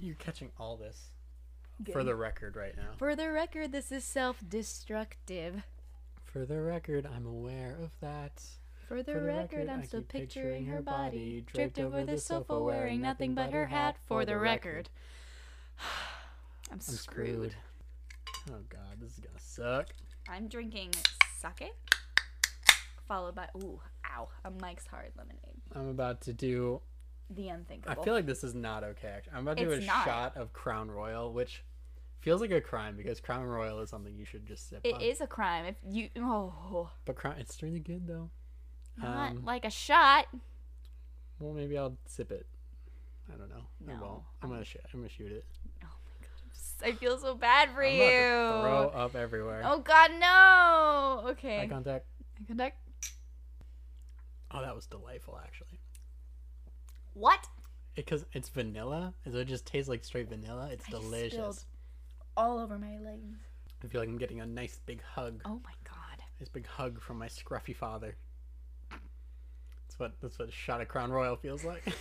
You're catching all this for Good. the record right now. For the record, this is self-destructive. For the record, I'm aware of that. For the, For the record, record, I I'm still keep picturing picturing her her body body, draped over the sofa, wearing nothing but her hat. For the record, I'm I'm screwed. screwed. Oh god, this is gonna suck. I'm drinking sake, followed by ooh, ow, a Mike's Hard Lemonade. I'm about to do. The I unthinkable. feel like this is not okay. Actually, I'm about to do It's a not. shot of Crown Royal, which feels like a crime because Crown Royal is something you should just sip. it on. is a crime if you oh, but Crown, it's really good though. not Um, like a shot. Well, maybe I'll sip it. I don't know. I No, won't. I'm gonna shoot. I'm gonna shoot it. Oh my god, I'm s- I feel so bad for I'm you. about to throw up everywhere. Oh god, no. Eye Okay. contact. Eye contact. Oh, that was delightful actually. What? Because it's vanilla, so it just tastes like straight vanilla. It's I just spilled. delicious. All over my legs. I feel like I'm getting a nice big hug. Oh my god. Nice big hug from my scruffy father. That's what that's what a shot of Crown Royal feels like.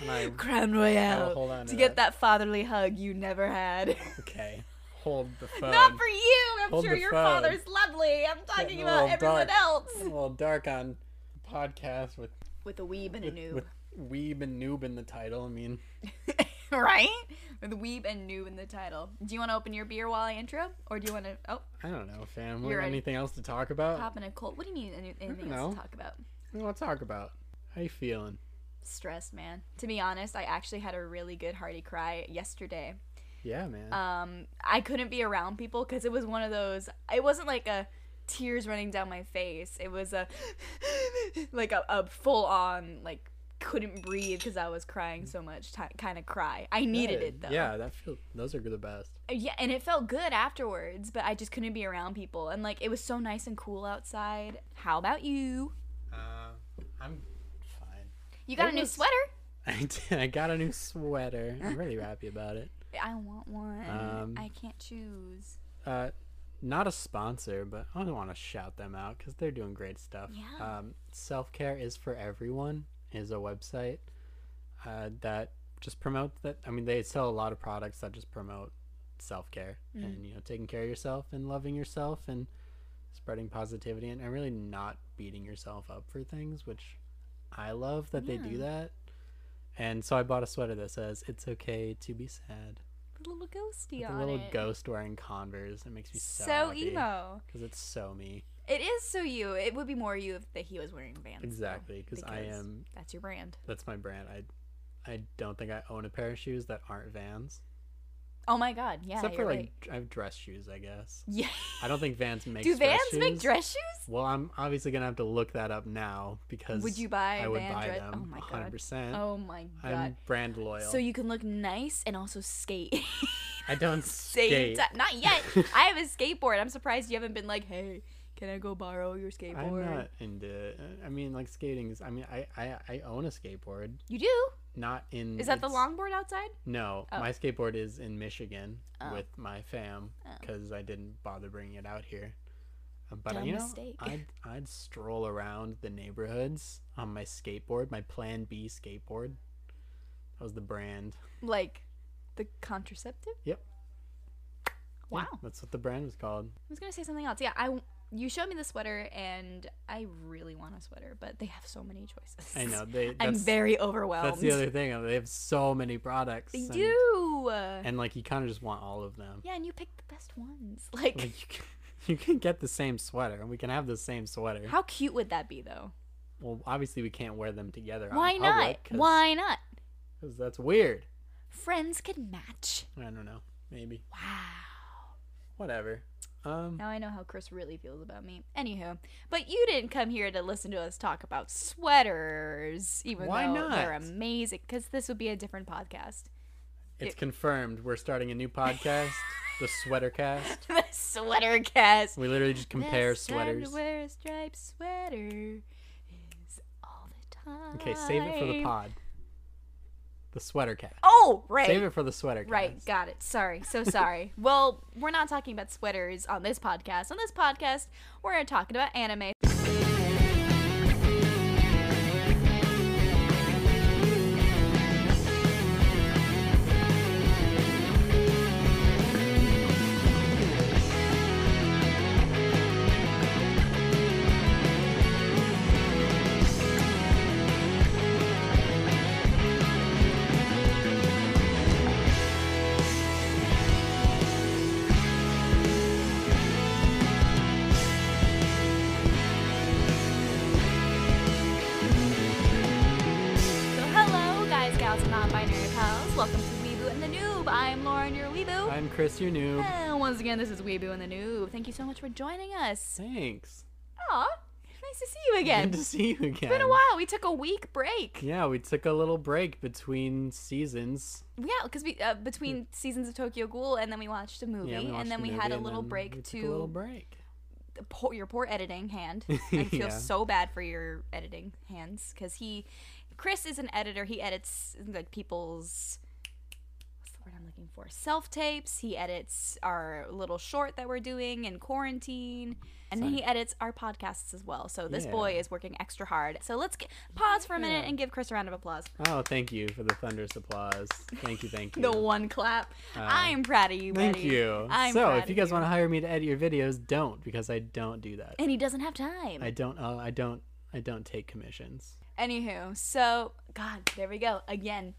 and I Crown I will Royale. hold on To to, get that fatherly hug you never had. Okay, hold the phone. Not for you. I'm Hold sure the your phone. father's lovely. I'm talking Getting a about little everyone dark. else. a little dark on the podcast with With a weeb and a noob, with weeb and noob in the title. I mean, right? With a weeb and noob in the title. Do you want to open your beer while I intro, or do you want to? Oh, I don't know, fam. You're right. anything else to talk about? pop in a cold. What do you mean? Any, anything Oh. don't else to know. talk about? What do I talk about? How you feeling? Stressed, man. To be honest, I actually had a really good hearty cry yesterday. Yeah, man. um, I couldn't be around people because it was one of those. It wasn't like a tears running down my face. It was a like a, a full on like couldn't breathe because I was crying so much. T- kind of cry. I needed Good. it though. Yeah, that feel those are the best. Yeah, and it felt good afterwards, but I just couldn't be around people. And like it was so nice and cool outside. How about you? Uh, I'm fine. You got It a new was- sweater? I did. I got a new sweater. I'm really happy about it. I want one. Um, I can't choose. Uh, not a sponsor, but I want to shout them out because they're doing great stuff. Yeah. Um, Self care is for everyone is a website uh, that just promotes that. I mean, they sell a lot of products that just promote self care and you know taking care of yourself and loving yourself and spreading positivity and, and really not beating yourself up for things, which I love that they do that. And so I bought a sweater that says "It's okay to be sad." With a little ghosty With a on little it. ghost wearing Converse. It makes me so, so happy. emo. Because it's so me. It is so you. It would be more you if that he was wearing Vans. though, Exactly. Because I because am. That's your brand. That's my brand. I. I don't think I own a pair of shoes that aren't Vans, Oh my God! Yeah, except for you're like right. I have dress shoes. I guess yeah. I don't think Vans makes. Do Vans dress make shoes. dress shoes? Well, I'm obviously gonna have to look that up now because Would you buy? I a would Van buy dress? them. Oh my God! 100%. Oh my God! I'm brand loyal. So you can look nice and also skate. I don't Same skate. ti- Not yet. I have a skateboard. I'm surprised you haven't been like, hey, can I go borrow your skateboard? I'm not into. I mean, like skating is. I mean, I, I I own a skatboard. You do? Not in. Is that the its- longboard outside? No, Oh. my skateboard is in Michigan Oh. with my fam Oh. because I didn't bother bringing it out here. Uh, But Dumb you know, mistake. I'd I'd stroll around the neighborhoods on my skateboard, my Plan B skateboard. That was the brand. Like, the contraceptive? Yep. Yeah, Wow. that's what the brand was called. I was gonna say something else. Yeah, I you showed me the sweater, and I really want a sweater, but they have so many choices. I know they. That's, I'm very overwhelmed. That's the other thing. uh, They have so many products. They and, do. And like you kind of just want all of them. yeah, and you picked the best ones. Like, Like you can, you can get the same sweater, and we can have the same sweater. how cute would that be, though? well, obviously we can't wear them together. out in Why not? public 'cause- Why not? Because that's weird. Friends can match. I don't know. Maybe. Wow. Whatever. Um. Now I know how Chris really feels about me. Anywho, but you didn't come here to listen to us talk about sweaters, even Why though they're not? amazing. Because this would be a different podcast. It's confirmed. We're starting a new podcast, the Sweatercast. the sweater cast. We literally just compare Best time sweaters. To wear a striped sweater is all the time. Okay, save it for the pod. The Sweatercast. Oh, right. Save it for the Sweatercast. Right, got it. Sorry, so sorry. well, we're not talking about sweaters on this podcast. On this podcast, we're talking about anime. pals and non-binary pals. Welcome to Weeboo and the Noob. I'm Lauren, your Weeboo. I'm Chris, your noob. And once again, this is Weeboo and the Noob. Thank you so much for joining us. Thanks. Aw, nice to see you again. Good to see you again. It's been a while. We took a week break. Yeah, Yeah, we took a little break between seasons. because we uh, between seasons of Tokyo Ghoul, and then we watched a Hmm. movie, Yeah, we watched and the then we movie had a and little then break we to took a little break. the poor, your poor editing hand. I feel Yeah. so bad for your editing hands because he, Chris is an editor. He edits like people's. What's the word I'm looking for? Self tapes. He edits our little short that we're doing in quarantine, and then Fine. he edits our podcasts as well. So this Yeah. boy is working extra hard. So let's get, pause for a minute Yeah. and give Chris a round of applause. Oh, thank you for the thunderous applause. Thank you, thank you. The one clap. I am proud of you, Uh, Thank buddy. you. I'm so, proud if you of guys want to hire me to edit your videos, don't because I don't do that. And he doesn't have time. I don't. Uh, I don't. I don't take commissions. Anywho, so God, there we go again.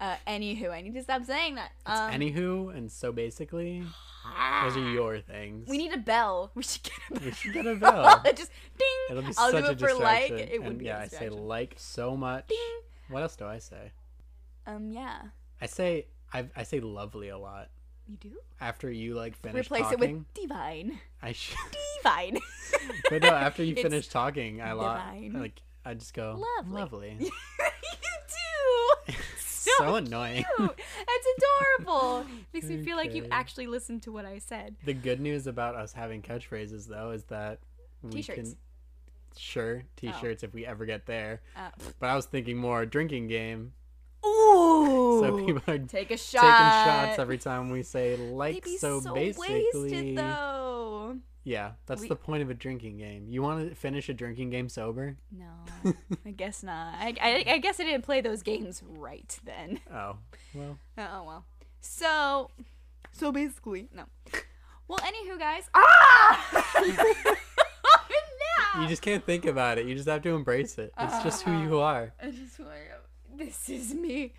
Uh, anywho, I need to stop saying that. Um, Anywho, and so basically, ah, those are your things. we need a bell. We should get a We should get a bell. bell. Just ding. It'll be I'll such do a it for like. distraction. It would and be yeah, yeah, I say distraction. like so much. Ding. What else do I say? Um, yeah, I say I, I say lovely a lot. you do. After you like finish Replace talking, it with divine. I should. Divine. but no, after you It's finish talking, I lot divine. like I just go Lovely. lovely. you do. So, so annoying. cute. That's adorable. Makes me feel like you Okay. actually listened to what I said. The good news about us having catchphrases though is that we T-shirts. Oh. can sure t-shirts if we ever get there. Uh, But I was thinking more drinking game, Ooh. so people are take a shot. taking shots every time we say like They'd be so, basically. wasted though. Yeah, that's We- the point of a drinking game. You want to finish a drinking game sober? No, I guess not. I, I, I guess I didn't play those games right then. Oh, well, Oh well. So, so basically, no. Well, anywho, guys. Ah! you now. just can't think Ah. about it. You just have to embrace it. It's just who you are. I just want to. This is me.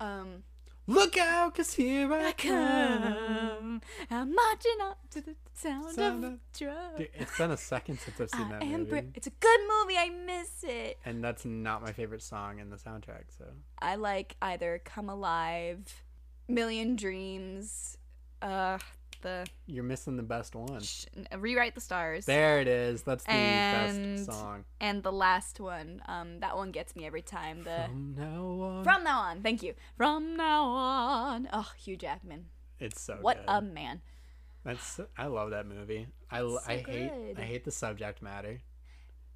Um, Look out, cause here I I come. come. I'm marching up to the sound, Sound of of- drums. Dude, it's been a second since I've seen I that am movie, bra- it's a good movie. I miss it. and that's not my favorite song in the soundtrack. So I like either Come Alive, Million Dreams, uh, the you're missing the best one. sh- Rewrite the Stars, There it is. That's the And- best song. and the last one. Um, that one gets me every time. The From now on, From Now On. Thank you. From Now On. Oh, Hugh Jackman. it's so What um, good. a man. That's so- I love that movie. I l- So I hate good. I hate the subject matter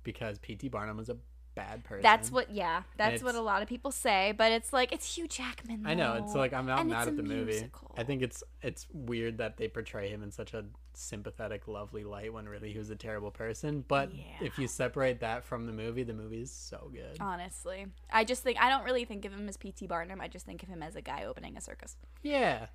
because P.T. Barnum was a bad person. That's what. Yeah, that's what It's- a lot of people say. But it's like it's Hugh Jackman. I know. It's though. like I'm not And mad it's at a the movie. musical. I think it's it's weird that they portray him in such a sympathetic, lovely light when really he was a terrible person. But if you separate that from the movie, the movie is so good. Uh, Honestly, I just think I don't really think of him as P.T. Barnum. I just think of him as a guy opening a circus. yeah,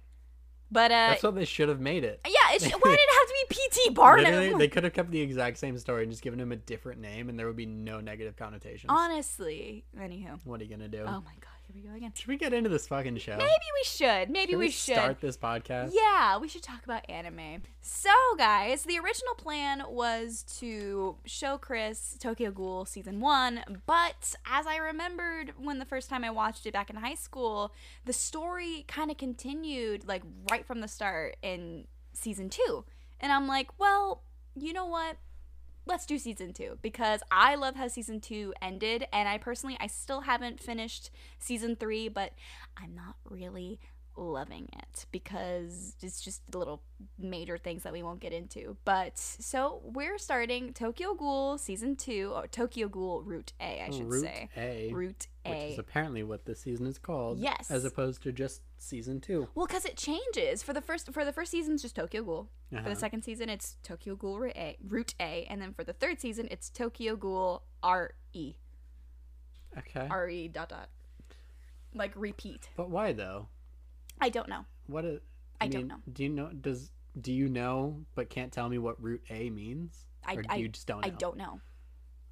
But uh, that's what they should have made it. Yeah, it's, why did it have to be P.T. Barnum? Literally, they could have kept the exact same story and just given him a different name, and there would be no negative connotations. Honestly, anywho. what are you gonna do? Oh my god, here we go again. Should we get into this fucking show? Maybe we should. Maybe Can we, we, should. start this podcast? Yeah, we should talk about anime. So, guys, the original plan was to show Chris Tokyo Ghoul season one, but as I remembered when the first time I watched it back in high school, the story kind of continued like right from the start in season two. And I'm like, well, you know what? Let's do season two because I love how season two ended. And I personally, I still haven't finished season three, but I'm not really loving it because it's just the little major things that we won't get into. But so we're starting Tokyo Ghoul season two, or Tokyo Ghoul Route A, I should Route say. A, Route A. which is apparently what this season is called. Yes. as opposed to just season two. Well, because it changes for the first for the first season, it's just Tokyo Ghoul. For Uh-huh. the second season, it's Tokyo Ghoul Route A, Route A, and then for the third season, it's Tokyo Ghoul R E Okay, R E dot dot, like repeat. but why though? I don't know. What is, I don't know. Do you know? Does do you know? But can't tell me what route A means? I- or I- you just don't. Know? I don't know.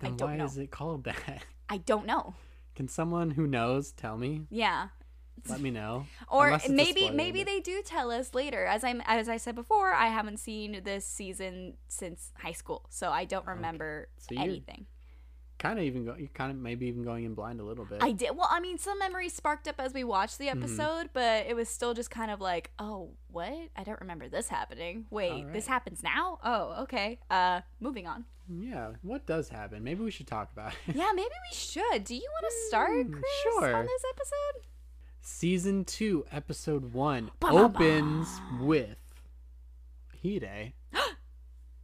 I Then don't why know. is it called that? I don't know. Can someone who knows tell me? Yeah. Let me know. Or Unless it's a maybe spoiler, maybe but- they do tell us later. As I am as I said before, I haven't seen this season since high school, so I don't remember So you're- anything. kind of even go, you kind of maybe even going in blind a little bit. I did. Well, I mean, some memories sparked up as we watched Mm-hmm. the episode, but it was still just kind of like, oh, what? I don't remember this happening. Wait, this right. happens now? Oh, okay. Uh, moving on. yeah, what does happen? Maybe we should talk about it. yeah, maybe we should. Do you want to start, Mm, Chris, sure. on this episode? Season two, episode one Ba-ba-ba. opens with Hide.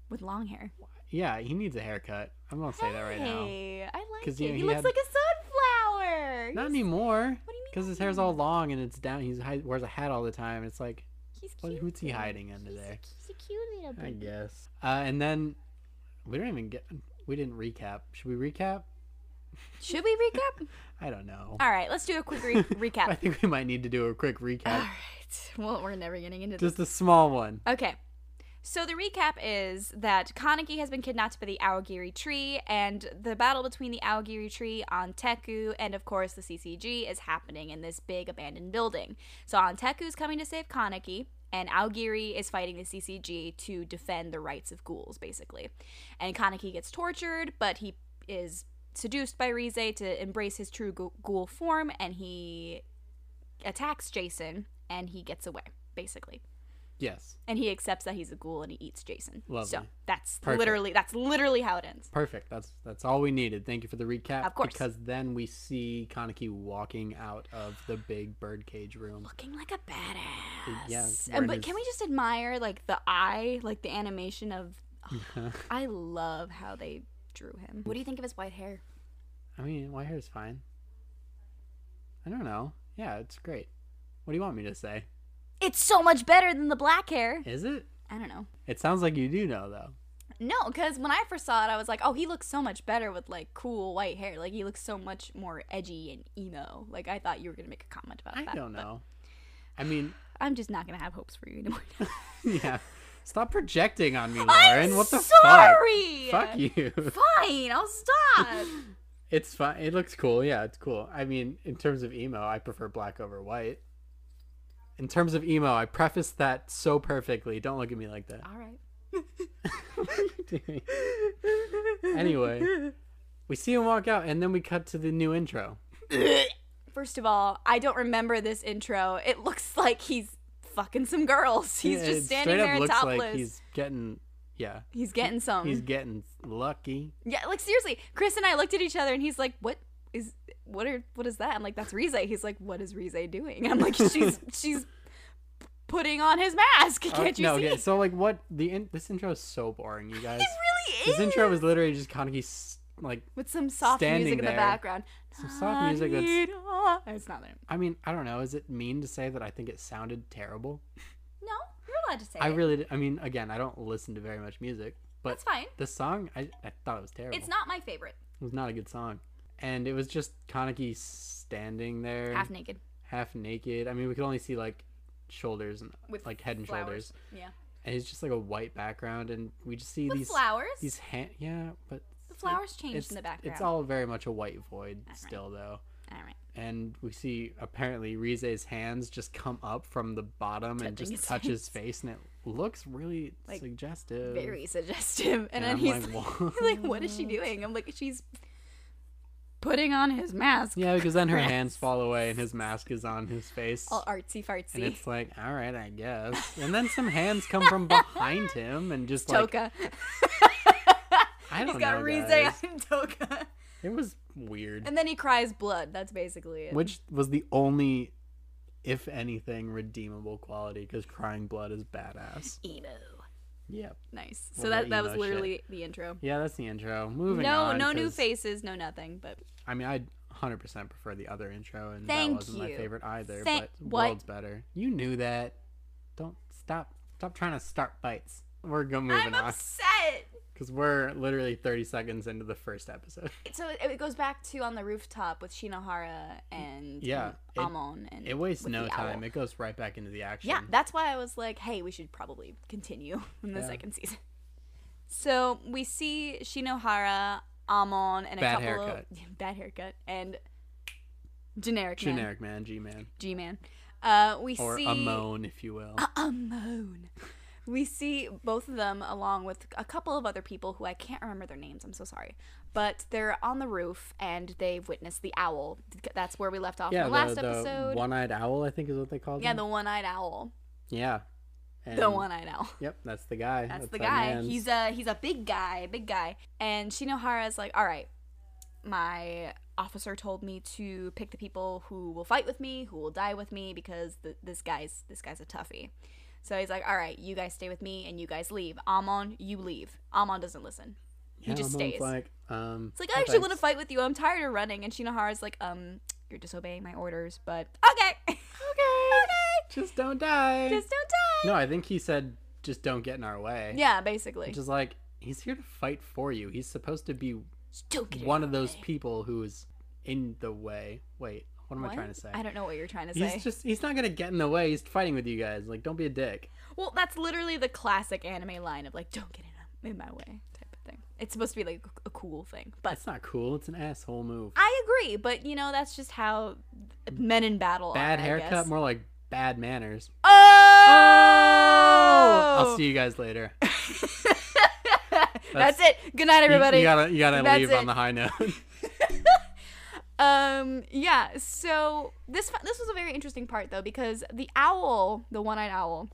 With long hair. Yeah, he needs a haircut. I'm gonna say that right now. Hey, I like 'Cause, it. you know, he, he looks had- like a sunflower. Not He's- anymore. What do you mean? Because his not hair's all anymore? long and it's down. He wears a hat all the time. It's like, He's what, cute. who's he though. hiding under He's a- there? He's a cute little I baby. guess. Uh, and then we don't even get. We didn't recap. Should we recap? Should we recap? I don't know. All right, let's do a quick re- recap. I think we might need to do a quick All recap. right. Well, we're never getting into this. Just a small one. Okay. So the recap is that Kaneki has been kidnapped by the Aogiri tree, and the battle between the Aogiri tree, Anteku, and of course the CCG is happening in this big abandoned building. So Anteku's coming to save Kaneki, and Aogiri is fighting the CCG to defend the rights of ghouls, basically. And Kaneki gets tortured, but he is seduced by Rize to embrace his true gh- ghoul form, and he attacks Jason, and he gets away, basically Yes. and he accepts that he's a ghoul and he eats Jason. So Lovely. that's Perfect. literally that's literally how it ends. Perfect. That's that's all we needed. Thank you for the recap. Of course. Because then we see Kaneki walking out of the big birdcage room. Looking like a badass. Yeah, And, wearing but his- can we just admire like the eye, like the animation of? I love how they drew him. What do you think of his white hair? I mean, white hair is fine. I don't know. Yeah, it's great. What do you want me to say? It's so much better than the black hair. Is it? I don't know. It sounds like you do know though. No, because when I first saw it, I was like, oh, he looks so much better with like cool white hair. Like he looks so much more edgy and emo. Like I thought you were gonna make a comment about I that. don't but know. I mean, I'm just not gonna have hopes for you anymore. yeah. Stop projecting on me, I'm Lauren. What the sorry. fuck? Fuck you. Fine, I'll stop. It's fine. It looks cool. Yeah, it's cool. I mean, in terms of emo, I prefer black over white. In terms of emo, I prefaced that so perfectly. Don't look at me like that. All right. What are you doing? Anyway. we see him walk out, and then we cut to the new intro. First of all, I don't remember this intro. It looks like he's fucking some girls. He's Yeah, it just standing straight up there looks topless. like he's, he's getting, yeah, getting some. he's getting lucky. yeah, like seriously, Chris and I looked at each other and he's like, "What is what are what is that?" I'm like, "That's Rize." He's like, "What is Rize doing?" I'm like, "She's she's putting on his mask. Oh, Can't you no, see?" okay, so like, what the in- this intro is so boring, you guys. It really His is. intro was literally just Kaneki s- like with some soft standing music in the there. background. Some soft music that's- Tanira. It's not there. I mean, I don't know. Is it mean to say that I think it sounded terrible? No, you're allowed to say I it. really, did, I mean, again, I don't listen to very much music, but That's fine. the song, I, I thought it was terrible. It's not my favorite. It was not a good song, and it was just Kaneki standing there, Half naked half naked. I mean, we could only see like shoulders and with like head and shoulders, flowers. Yeah, and it's just like a white background, and we just see with these flowers. these hand, yeah, but the flowers changed it's in the background. it's all very much a white void Alright. still though. all right. and we see apparently Rize's hands just come up from the bottom and Touching just his touch face. his face, and it looks really Like, suggestive. Very suggestive. And, And then I'm he's like, like, "What?" like, what is she doing?" I'm like, she's putting on his mask. yeah, because then her hands fall away and his mask is on his face, All artsy and fartsy. it's like, all right, I guess. And then some hands come from behind him and just like, Toka. I He's don't got know, Rize guys. and Toka. It was weird, And then he cries blood. That's basically it. which was the only, if anything, redeemable quality because crying blood is badass. Emo. Yep. Nice. Well, So that the that was emo shit. literally the intro. Yeah, that's the intro. Moving no, on. no new 'cause- faces, no nothing. But I mean, I 100% prefer the other intro, and Thank that wasn't you. my favorite either. Thank- but what? world's better. You knew that. Don't stop. Stop trying to start fights. We're going moving I'm on upset. because we're literally 30 seconds into the first episode. So it, it goes back to on the rooftop with Shinohara and Yeah, it- um, Amon and It wastes with no the owl. time. It goes right back into the action. Yeah, that's why I was like, hey, we should probably continue in the Yeah. second season. So we see Shinohara, Amon, and a Bad couple haircut. of bad haircut and generic man, Generic man, G man, G man. Uh, we or see Uh-uh, a moan, if you will. Amon. we see both of them along with a couple of other people who I can't remember their names. I'm so sorry. But they're on the roof and they've witnessed the owl. That's where we left off yeah, in the last the, episode. one-eyed owl, I think is what they called yeah, him. the one eyed owl. yeah. the And- one eyed owl. Yep, that's the guy. That's the our guy. man's. He's uh, a he's a big guy, big guy. And Shinohara's like, all right, my officer told me to pick the people who will fight with me, who will die with me, because th- this guy's this guy's a toughie. So he's like, all right, you guys stay with me, and you guys leave. Amon, you leave. Amon doesn't listen. Yeah, just I'm stays. Like, um, It's like no I actually thanks. want to fight with you. I'm tired of running. And Shinohara's like, um, you're disobeying my orders, but okay, okay, okay, Just don't die. just don't die. No, I think he said just don't get in our way. Yeah, basically. Which is like he's here to fight for you. He's supposed to be Just don't get in one our of those way. people who is in the way. Wait, what am I What? trying to say? I don't know what you're trying to say. He's just he's not gonna get in the way. He's fighting with you guys. Like don't be a dick. Well, that's literally the classic anime line of like, don't get in, in my way type of thing. It's supposed to be like a cool thing, but That's not cool. It's an asshole move. I agree. But you know, that's just how men in battle. Bad are, I haircut, guess. more like bad manners. I'll Oh, see you guys later. that's, it. Good night, You- everybody. You, gotta you gotta That's leave it. on the high note. Um. Yeah. So this this was a very interesting part though because the owl, the one-eyed owl,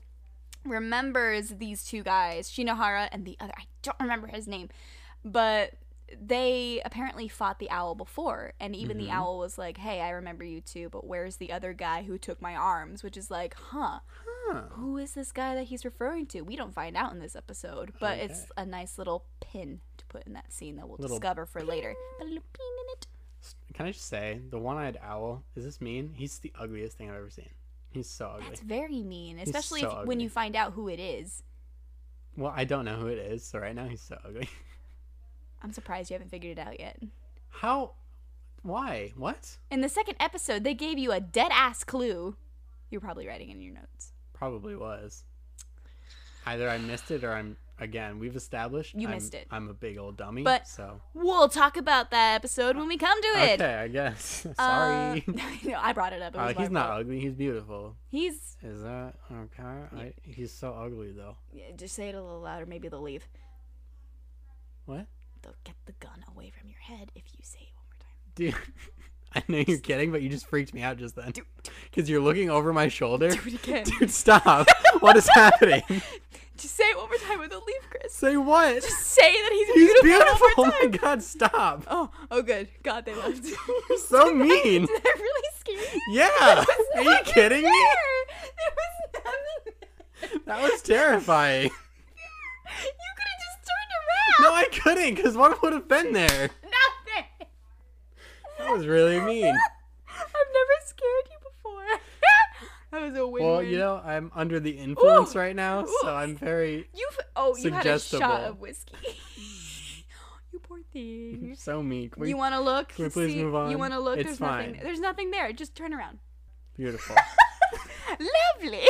remembers these two guys, Shinohara and the other. I don't remember his name, but they apparently fought the owl before, and even Mhm. the owl was like, "Hey, I remember you too, but where's the other guy who took my arms?" Which is like, "Huh? Huh. Who is this guy that he's referring to?" We don't find out in this episode, but it's Okay. a nice little pin to put in that scene that we'll Little discover for later. Put a little pin in it. Can I just say the one-eyed owl? Is this mean? He's the ugliest thing I've ever seen. He's so ugly. That's very mean, especially so if, when ugly. you find out who it is. Well, I don't know who it is, so right now he's so ugly. I'm surprised you haven't figured it out yet. How? Why? What? In the second episode, they gave you a dead ass clue. You're probably writing it in your notes. Probably was. Either I missed it, or I'm again. We've established You I'm- missed it. I'm a big old dummy. But- so We'll talk about that episode when we come to it. okay, I guess. Uh, Sorry. no, I brought it up. It Uh, was my he's not fault. ugly. He's beautiful. He's Is that okay? I, he's so ugly though. yeah, just say it a little louder. Maybe they'll leave. What? They'll get the gun away from your head if you say it one more time. Dude, I know you're kidding, but you just freaked me out just then. Because you're looking over my shoulder. Do it again. Dude, stop. what is happening? Just say it one more time, and they'll leave, Chris. Say what? Just say that he's He's beautiful. one beautiful. more Oh my time. god, stop. Oh, oh, good. God, they left. You're so mean. Did that really scare you? Yeah. was Are you not kidding me? there. There was nothing there. That was terrifying. You could have just turned around. No, I couldn't, because what would have been there? Nothing. That was really mean. I've never scared you before. that was a weird. Well, you know, I'm under the influence Ooh. right now, so Ooh. I'm very You've oh, you had a shot Suggestible. of whiskey. you poor thing. so mean. We- you want to look? can we please See- move on? You want to look? It's There's nothing. fine. There's nothing there. Just turn around. beautiful. Lovely.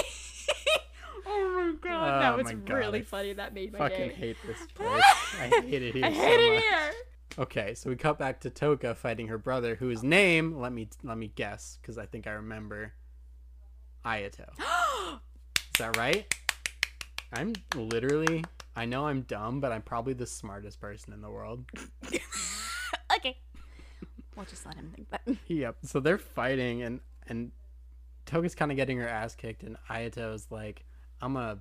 oh my god, Oh that was my God, really I funny. That made my Fucking day. hate this place. I hate it here. I so hate it much. here. Okay, so we cut back to Toka fighting her brother, whose name let me let me guess, because I think I remember. Ayato. Is that right? I'm literally. I know I'm dumb, but I'm probably the smartest person in the world. okay. We'll just let him think that. Yep. So they're fighting, and and Toga's kind of getting her ass kicked, and Ayato's like, "I'm gonna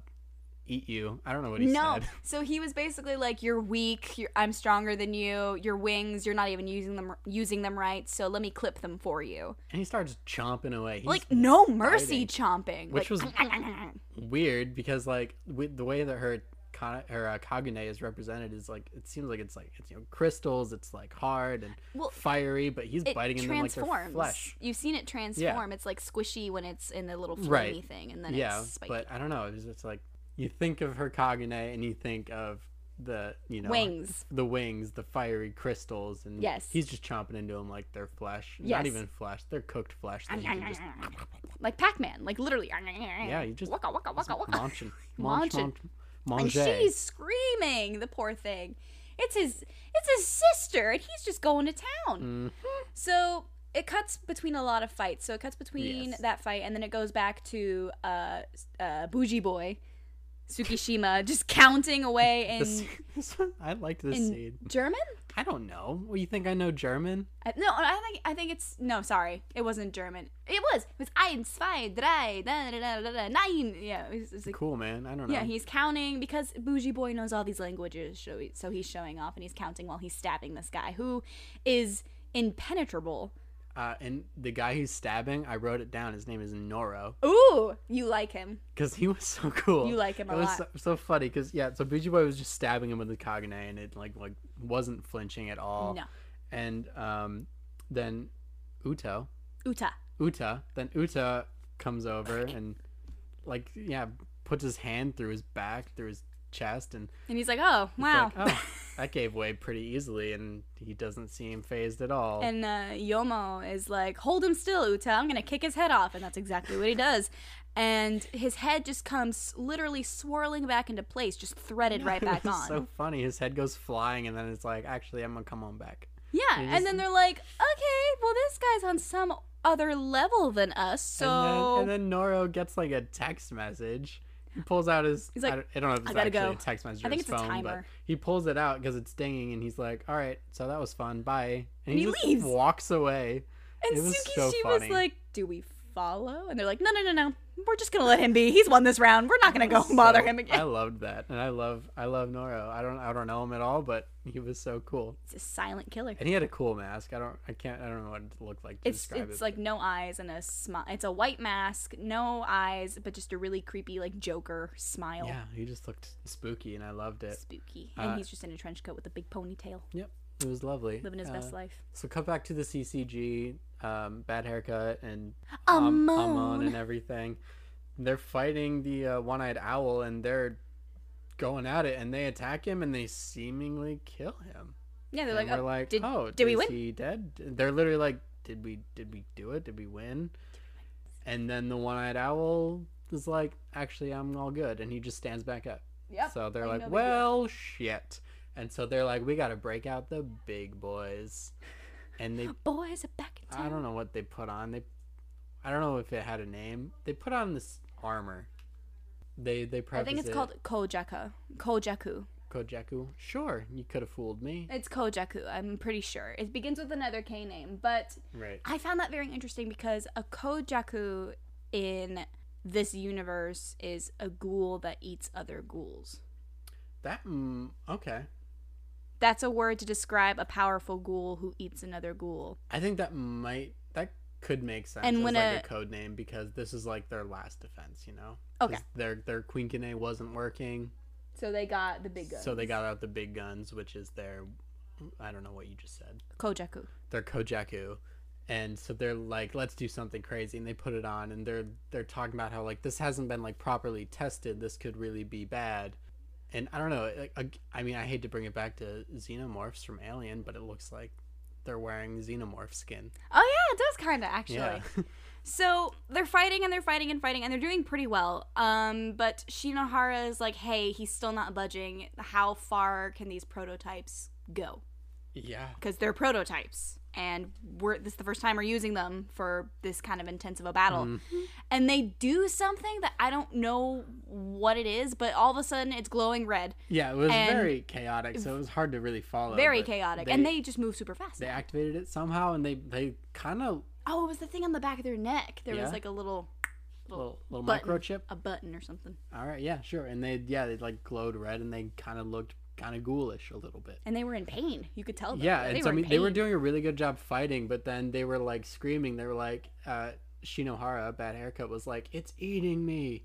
eat you." I don't know what he No. said. So he was basically like, "You're weak. You're, I'm stronger than you. Your wings. You're not even using them using them right. So let me clip them for you." And he starts chomping away. He's like no mercy chomping. Which like, was- weird because like with the way that her ka- her uh, kagune is represented is like it seems like it's like it's you know crystals. It's like hard and well, fiery, but he's it biting in them like their transforms. flesh. You've seen it transform. It's like squishy when it's in the little flamey Right. thing, and then yeah, it's spiky. but I don't know. It's just like you think of her kagune and you think of the you know wings. the wings, the fiery crystals, and Yes. he's just chomping into them like they're flesh. Yes. Not even flesh; they're cooked flesh. That you can just like Pac-Man, like literally. yeah, you just waka waka waka waka. munch and munch, Munchin'. munch, And munch. she's screaming, the poor thing. It's his it's his sister, and he's just going to Mhm. town. So it cuts between a lot of fights. So it cuts between Yes. that fight, and then it goes back to uh, uh, Bougie Boy, Tsukishima just counting away in This, this one, I liked this in scene. German. I don't know. Well, you think I know German? I, no, I think I think it's no. Sorry, it wasn't German. It was. It was ein, zwei, drei, da, da, da, da, da, nine. Yeah, it's, it's like Cool, man. I don't know. yeah. He's counting because bougie boy knows all these languages, so he- so he's showing off and he's counting while he's stabbing this guy who is impenetrable. uh, and the guy who's stabbing, I wrote it down. His name is Noro Ooh, you like him? because he was so cool. You like him a it was lot. So, so funny because yeah, so Buji Boy was just stabbing him with the Kagane and it like like wasn't flinching at all. No, And um, then Uto, Uta. Uta, then Uta comes over and like yeah, puts his hand through his back, through his chest, and And he's like, oh it's wow. like, oh, that gave way pretty easily, and he doesn't seem phased at all. And uh, Yomo is like, hold him still, Uta. I'm going to kick his head off. And that's exactly what he does. And his head just comes literally swirling back into place, just threaded right back It was on. So funny. His head goes flying, and then it's like, actually, I'm gonna come on back. yeah. you And just- then they're like, okay, well, this guy's on some other level than us. So And then, and then Noro gets like a text message. He pulls out his. He's like, I, don't, I don't know if "I it's gotta actually go." a text message I or think his it's a phone, but timer. he pulls it out because it's dinging, and he's like, "All right, so that was fun. Bye." And, he just leaves. walks away. and it was Suki, so she was funny. like, do we follow? And they're like, no, no, no, no. We're just going to let him be. He's won this round. We're not going to go So, bother him again. I loved that, and I love, I love Noro. I don't, I don't know him at all, but he was so cool, It's a silent killer. and he had a cool mask. I don't, I can't, I don't know what it looked like to it's describe it's it. like no eyes and a smile. It's a white mask, no eyes, but just a really creepy like Joker smile. yeah, he just looked spooky, and I loved it. Spooky. And Uh, he's just in a trench coat with a big ponytail, Yep, it was lovely. living his Uh, best life. So cut back to the CCG, um, bad haircut and um, Amon. um, and everything. They're fighting the uh, one-eyed owl and they're going at it and they attack him and they seemingly kill him. Yeah, they're and like, we're "Oh, like, did, oh, did we is win? he dead? They're literally like, did we did we do it? Did we win? And then the one-eyed owl is like, actually, I'm all good, and he just stands back up. Yep, So they're like, like, no big deal. well, shit. And so they're like, we got to break out the big boys. And they, boys are back in town. I don't know what they put on. They, I don't know if it had a name. They put on this armor. They they I preface think it's it, called Kojaku. Kojaku. Kojaku. Sure, you could have fooled me. It's Kojaku. I'm pretty sure. It begins with another K name, but Right. I found that very interesting because a Kojaku in this universe is a ghoul that eats other ghouls. That mm, okay. That's a word to describe a powerful ghoul who eats another ghoul. I think that might that could make sense And as when like a- a code name because this is like their last defense, you know. Okay. 'Cause Their their Quinkene wasn't working. So they got the big guns. So they got out the big guns, which is their, I don't know what you just said, Kojaku. their Kojaku, and so they're like, let's do something crazy, and they put it on, and they're they're talking about how like this hasn't been like properly tested, this could really be bad, and I don't know, like ag- I mean, I hate to bring it back to xenomorphs from Alien, but it looks like they're wearing xenomorph skin. Oh yeah, it does kind of actually. Yeah, So they're fighting and they're fighting and fighting and they're doing pretty well. Um, but Shinohara is like, "Hey, he's still not budging. How far can these prototypes go? yeah. Because they're prototypes, and we're this is the first time we're using them for this kind of intensive a battle." Mm. And they do something that I don't know what it is, but all of a sudden it's glowing red. Yeah, it was And- very chaotic, so it was hard to really follow. very but chaotic and they just move super fast they activated it somehow, and they they kind of oh it was the thing on the back of their neck there was Yeah. like a little little, little Button. microchip. a button or something All right, yeah, sure. And they, yeah, they like glowed red, and they kind of looked kind of ghoulish a little bit. and they were in pain you could tell them. Yeah, they and were so I in mean, they were pain. doing a really good job fighting, but then they were like screaming. They were like, uh, Shinohara, bad haircut, was like, "It's eating me."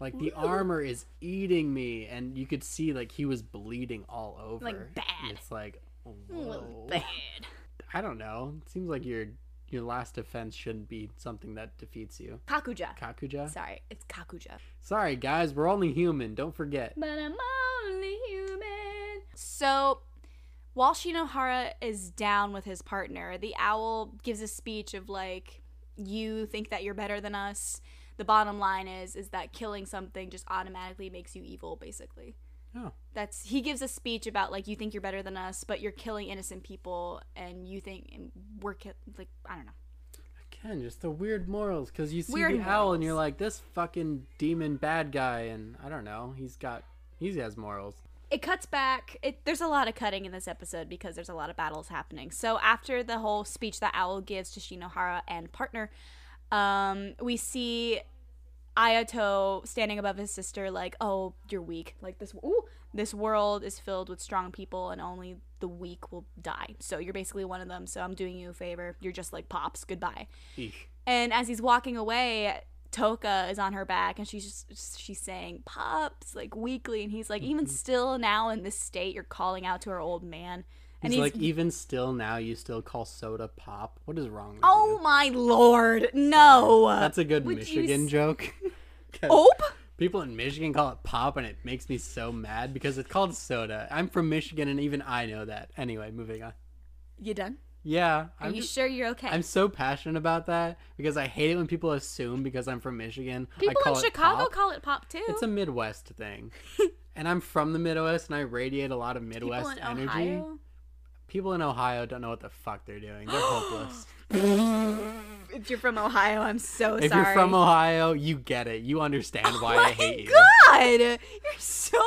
Like the armor is eating me, and you could see like he was bleeding all over. And bad. It's like, Mm, It was whoa. bad I don't know. It seems like your your last defense shouldn't be something that defeats you. kakuja Kakuja. sorry it's kakuja Sorry, guys, we're only human. Don't forget. but i'm only human so while shinohara is down with his partner the owl gives a speech of like you think that you're better than us the bottom line is is that killing something just automatically makes you evil basically Oh, that's he gives a speech about like you think you're better than us but you're killing innocent people and you think and we're ki- like i don't know okay. and just the weird morals because you see Weird the owl and morals. you're like this fucking demon bad guy and i don't know he's got he has morals it cuts back. It, there's a lot of cutting in this episode because there's a lot of battles happening. So after the whole speech that Owl gives to Shinohara and partner, um, we see Ayato standing above his sister, like, "Oh, you're weak. Like this. Ooh, this world is filled with strong people, and only the weak will die. So you're basically one of them. So I'm doing you a favor. You're just like pops. Goodbye." Eek. And as he's walking away, Toka is on her back and she's just she's saying pops like weakly and he's like even Mm-hmm. still now in this state you're calling out to our old man and he's, he's, like even still now you still call soda pop what is wrong with oh you my lord no that's a good would you michigan s- joke 'Cause ope people in michigan call it pop and it makes me so mad because it's called soda i'm from michigan and even i know that anyway moving on you done yeah are I'm you just- sure you're okay I'm so passionate about that because I hate it when people assume because I'm from Michigan. I people in call it Chicago pop. call it pop too It's a Midwest thing. and I'm from the Midwest and I radiate a lot of people Midwest in energy. Ohio People in Ohio don't know what the fuck they're doing. They're hopeless. if you're from Ohio I'm so If sorry Oh you're from Ohio, you get it. You understand why I my hate god you're so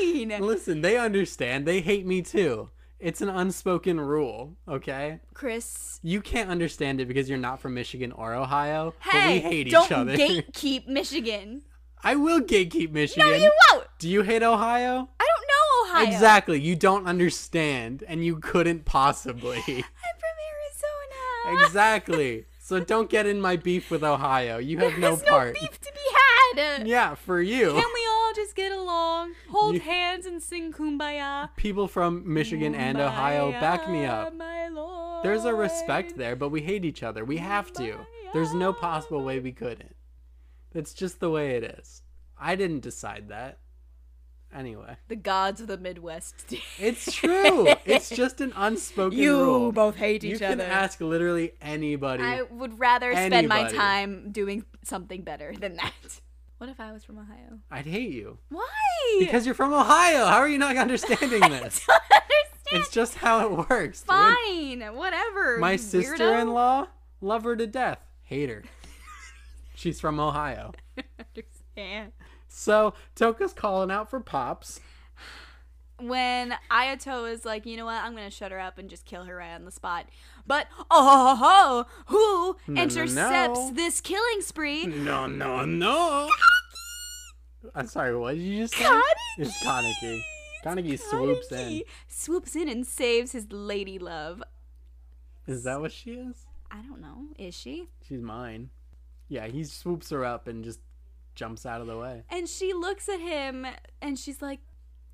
mean you. Listen, they understand. They hate me too. It's an unspoken rule, okay? Chris You can't understand it because you're not from Michigan or Ohio, hey but we hate don't each other. gatekeep Michigan I will gatekeep Michigan. no you won't Do you hate Ohio? I don't know Ohio. Exactly. You don't understand, and you couldn't possibly. I'm from Arizona. exactly. So don't get in my beef with Ohio. You have no There's no, part. beef to be had. Yeah, for you. Can we all just get along, hold You- hands, and sing "Kumbaya"? People from Michigan and Ohio back me up. Kumbaya, my lord. There's a respect there, but we hate each other. We have to. There's no possible way we couldn't. It's just the way it is. I didn't decide that. Anyway, The gods of the Midwest. did. it's true. it's just an unspoken rule. you both hate you each can other. ask literally anybody. I would rather spend my Anybody. time doing something better than that. What if I was from Ohio? I'd hate you. Why? Because you're from Ohio. How are you not understanding this? I don't understand. it's just how it works. dude. Fine, whatever. My you weirdo. sister in law, love her to death. Hate her. She's from Ohio. Understand. So Toka's calling out for pops. when Ayato is like, you know what, I'm gonna shut her up and just kill her right on the spot. But oh ho ho, who No, no, intercepts no. this killing spree? No, no, no. I'm Uh, sorry, what did you just say? It's Kaneki. Kaneki swoops in. Kaneki swoops in and saves his lady love. Is that what she is? I don't know, is she? She's mine. Yeah, he swoops her up and just jumps out of the way. And she looks at him and she's like,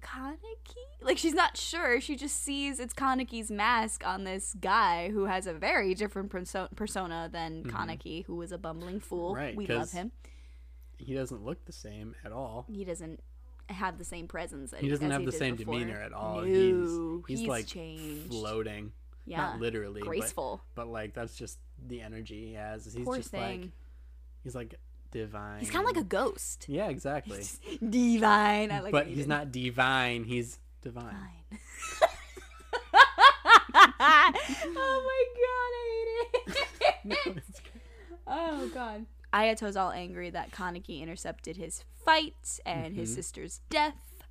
Kaneki? Like she's not sure. She just sees it's Kaneki's mask on this guy who has a very different perso- persona than Mhm. Kaneki, who was a bumbling fool. Right, we love 'cause- him. He doesn't look the same at all. he doesn't have the same presence. He doesn't as have the did same before. demeanor at all. No, he's, he's, like changed. floating. yeah, Not literally, but, graceful. but like that's just the energy he has. is He's Poor just thing. like he's like divine. he's kind of like a ghost. yeah, exactly. He's just divine. I like. but that you he's did not divine. He's divine. divine. oh my god, I hate it. It's Oh god. Ayato's all angry that Kaneki intercepted his fight and his Mhm. sister's death.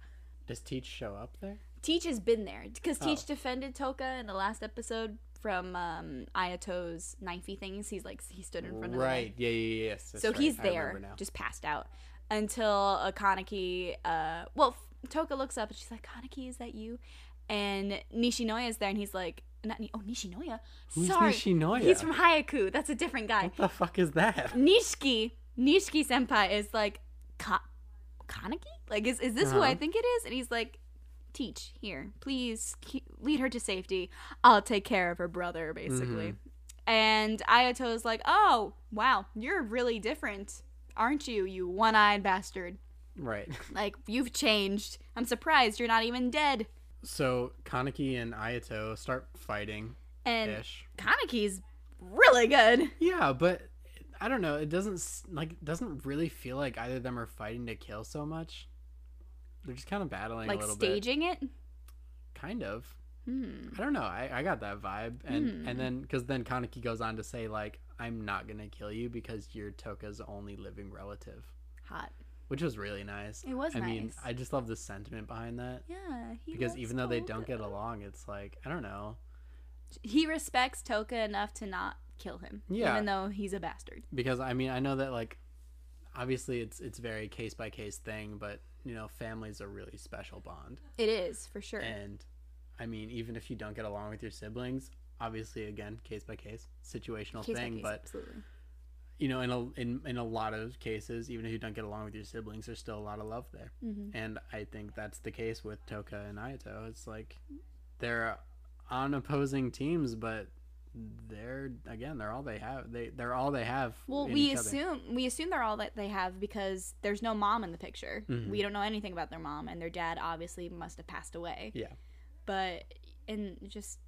Does Teach show up there? Teach has been there because Oh. Teach defended Toka in the last episode from um, Ayato's knifey things. He's like he stood in front of Right. Yeah. Yeah. yeah, Yes. that's the. So right. he's I there, remember now. just passed out until uh, Kaneki. Uh, well, f- Toka looks up and she's like, "Kaneki, is that you?" And Nishinoya is there, and he's like, "Not Ni- oh Nishinoya, Who's sorry, Nishinoya? he's from Hayaku. That's a different guy. What the fuck is that? Nishiki, Nishiki senpai is like, Ka- Kaneki? Like, is, is this who I Uh-huh. think it is? And he's like, teach here, please ke- lead her to safety. I'll take care of her brother, basically. Mm-hmm. And Ayato is like, oh, wow, you're really different, aren't you, you one eyed bastard? Right. Like, you've changed. I'm surprised you're not even dead. So Kaneki and Ayato start fighting And ish. Kaneki's really good. Yeah, but I don't know. It doesn't s- like it doesn't really feel like either of them are fighting to kill so much. They're just kind of battling Like, a little staging it. bit, kind of. Hmm. I don't know. I, I got that vibe, and Hmm. and then because then Kaneki goes on to say like I'm not gonna kill you because you're Toka's only living relative, Hot. which was really nice. It was I nice. mean, I just love the sentiment behind that yeah. He because loves even though they Toka. don't get along, it's like I don't know he respects Toka enough to not kill him. Yeah. Even though he's a bastard. because I mean I know that like obviously it's it's very case by case thing, but you know family's a really special bond. It is for sure. And I mean, even if you don't get along with your siblings, obviously, again, case by case, situational Case by thing. case, But absolutely. you know, in a in in a lot of cases, even if you don't get along with your siblings, there's still a lot of love there. hmm And I think that's the case with Toka and Ayato. It's like they're on opposing teams, but they're again, they're all they have. They they're all they have. Well, in we each other. assume we assume they're all that they have because there's no mom in the picture. Mhm. We don't know anything about their mom, and their dad obviously must have passed away. Yeah. But and just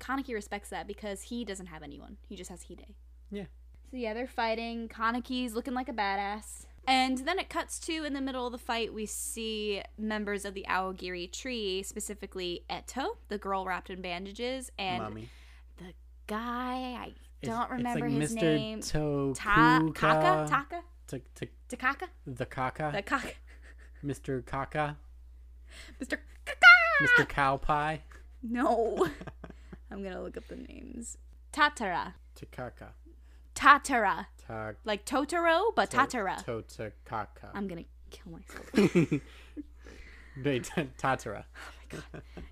Kaneki respects that because he doesn't have anyone. He just has Hide. Yeah. So yeah, they're fighting. Kaneki's looking like a badass. And then it cuts to in the middle of the fight, we see members of the Aogiri tree, specifically Eto, the girl wrapped in bandages, and Mommy. guy I It's- don't remember it's like his Mr. name. Tokuka. Ta- Kaka? Taka? T- t- Takaka? the Kaka. The Ah! Kaka. Mr. Kaka. Mr. Kaka! Mr. Cow Pie. No. I'm going to look up the names. Tatara. Takaka. Tatara. Ta- Like Totoro, but to- Tatara. Totakaka. I'm going to kill myself. Wait, ta- Tatara.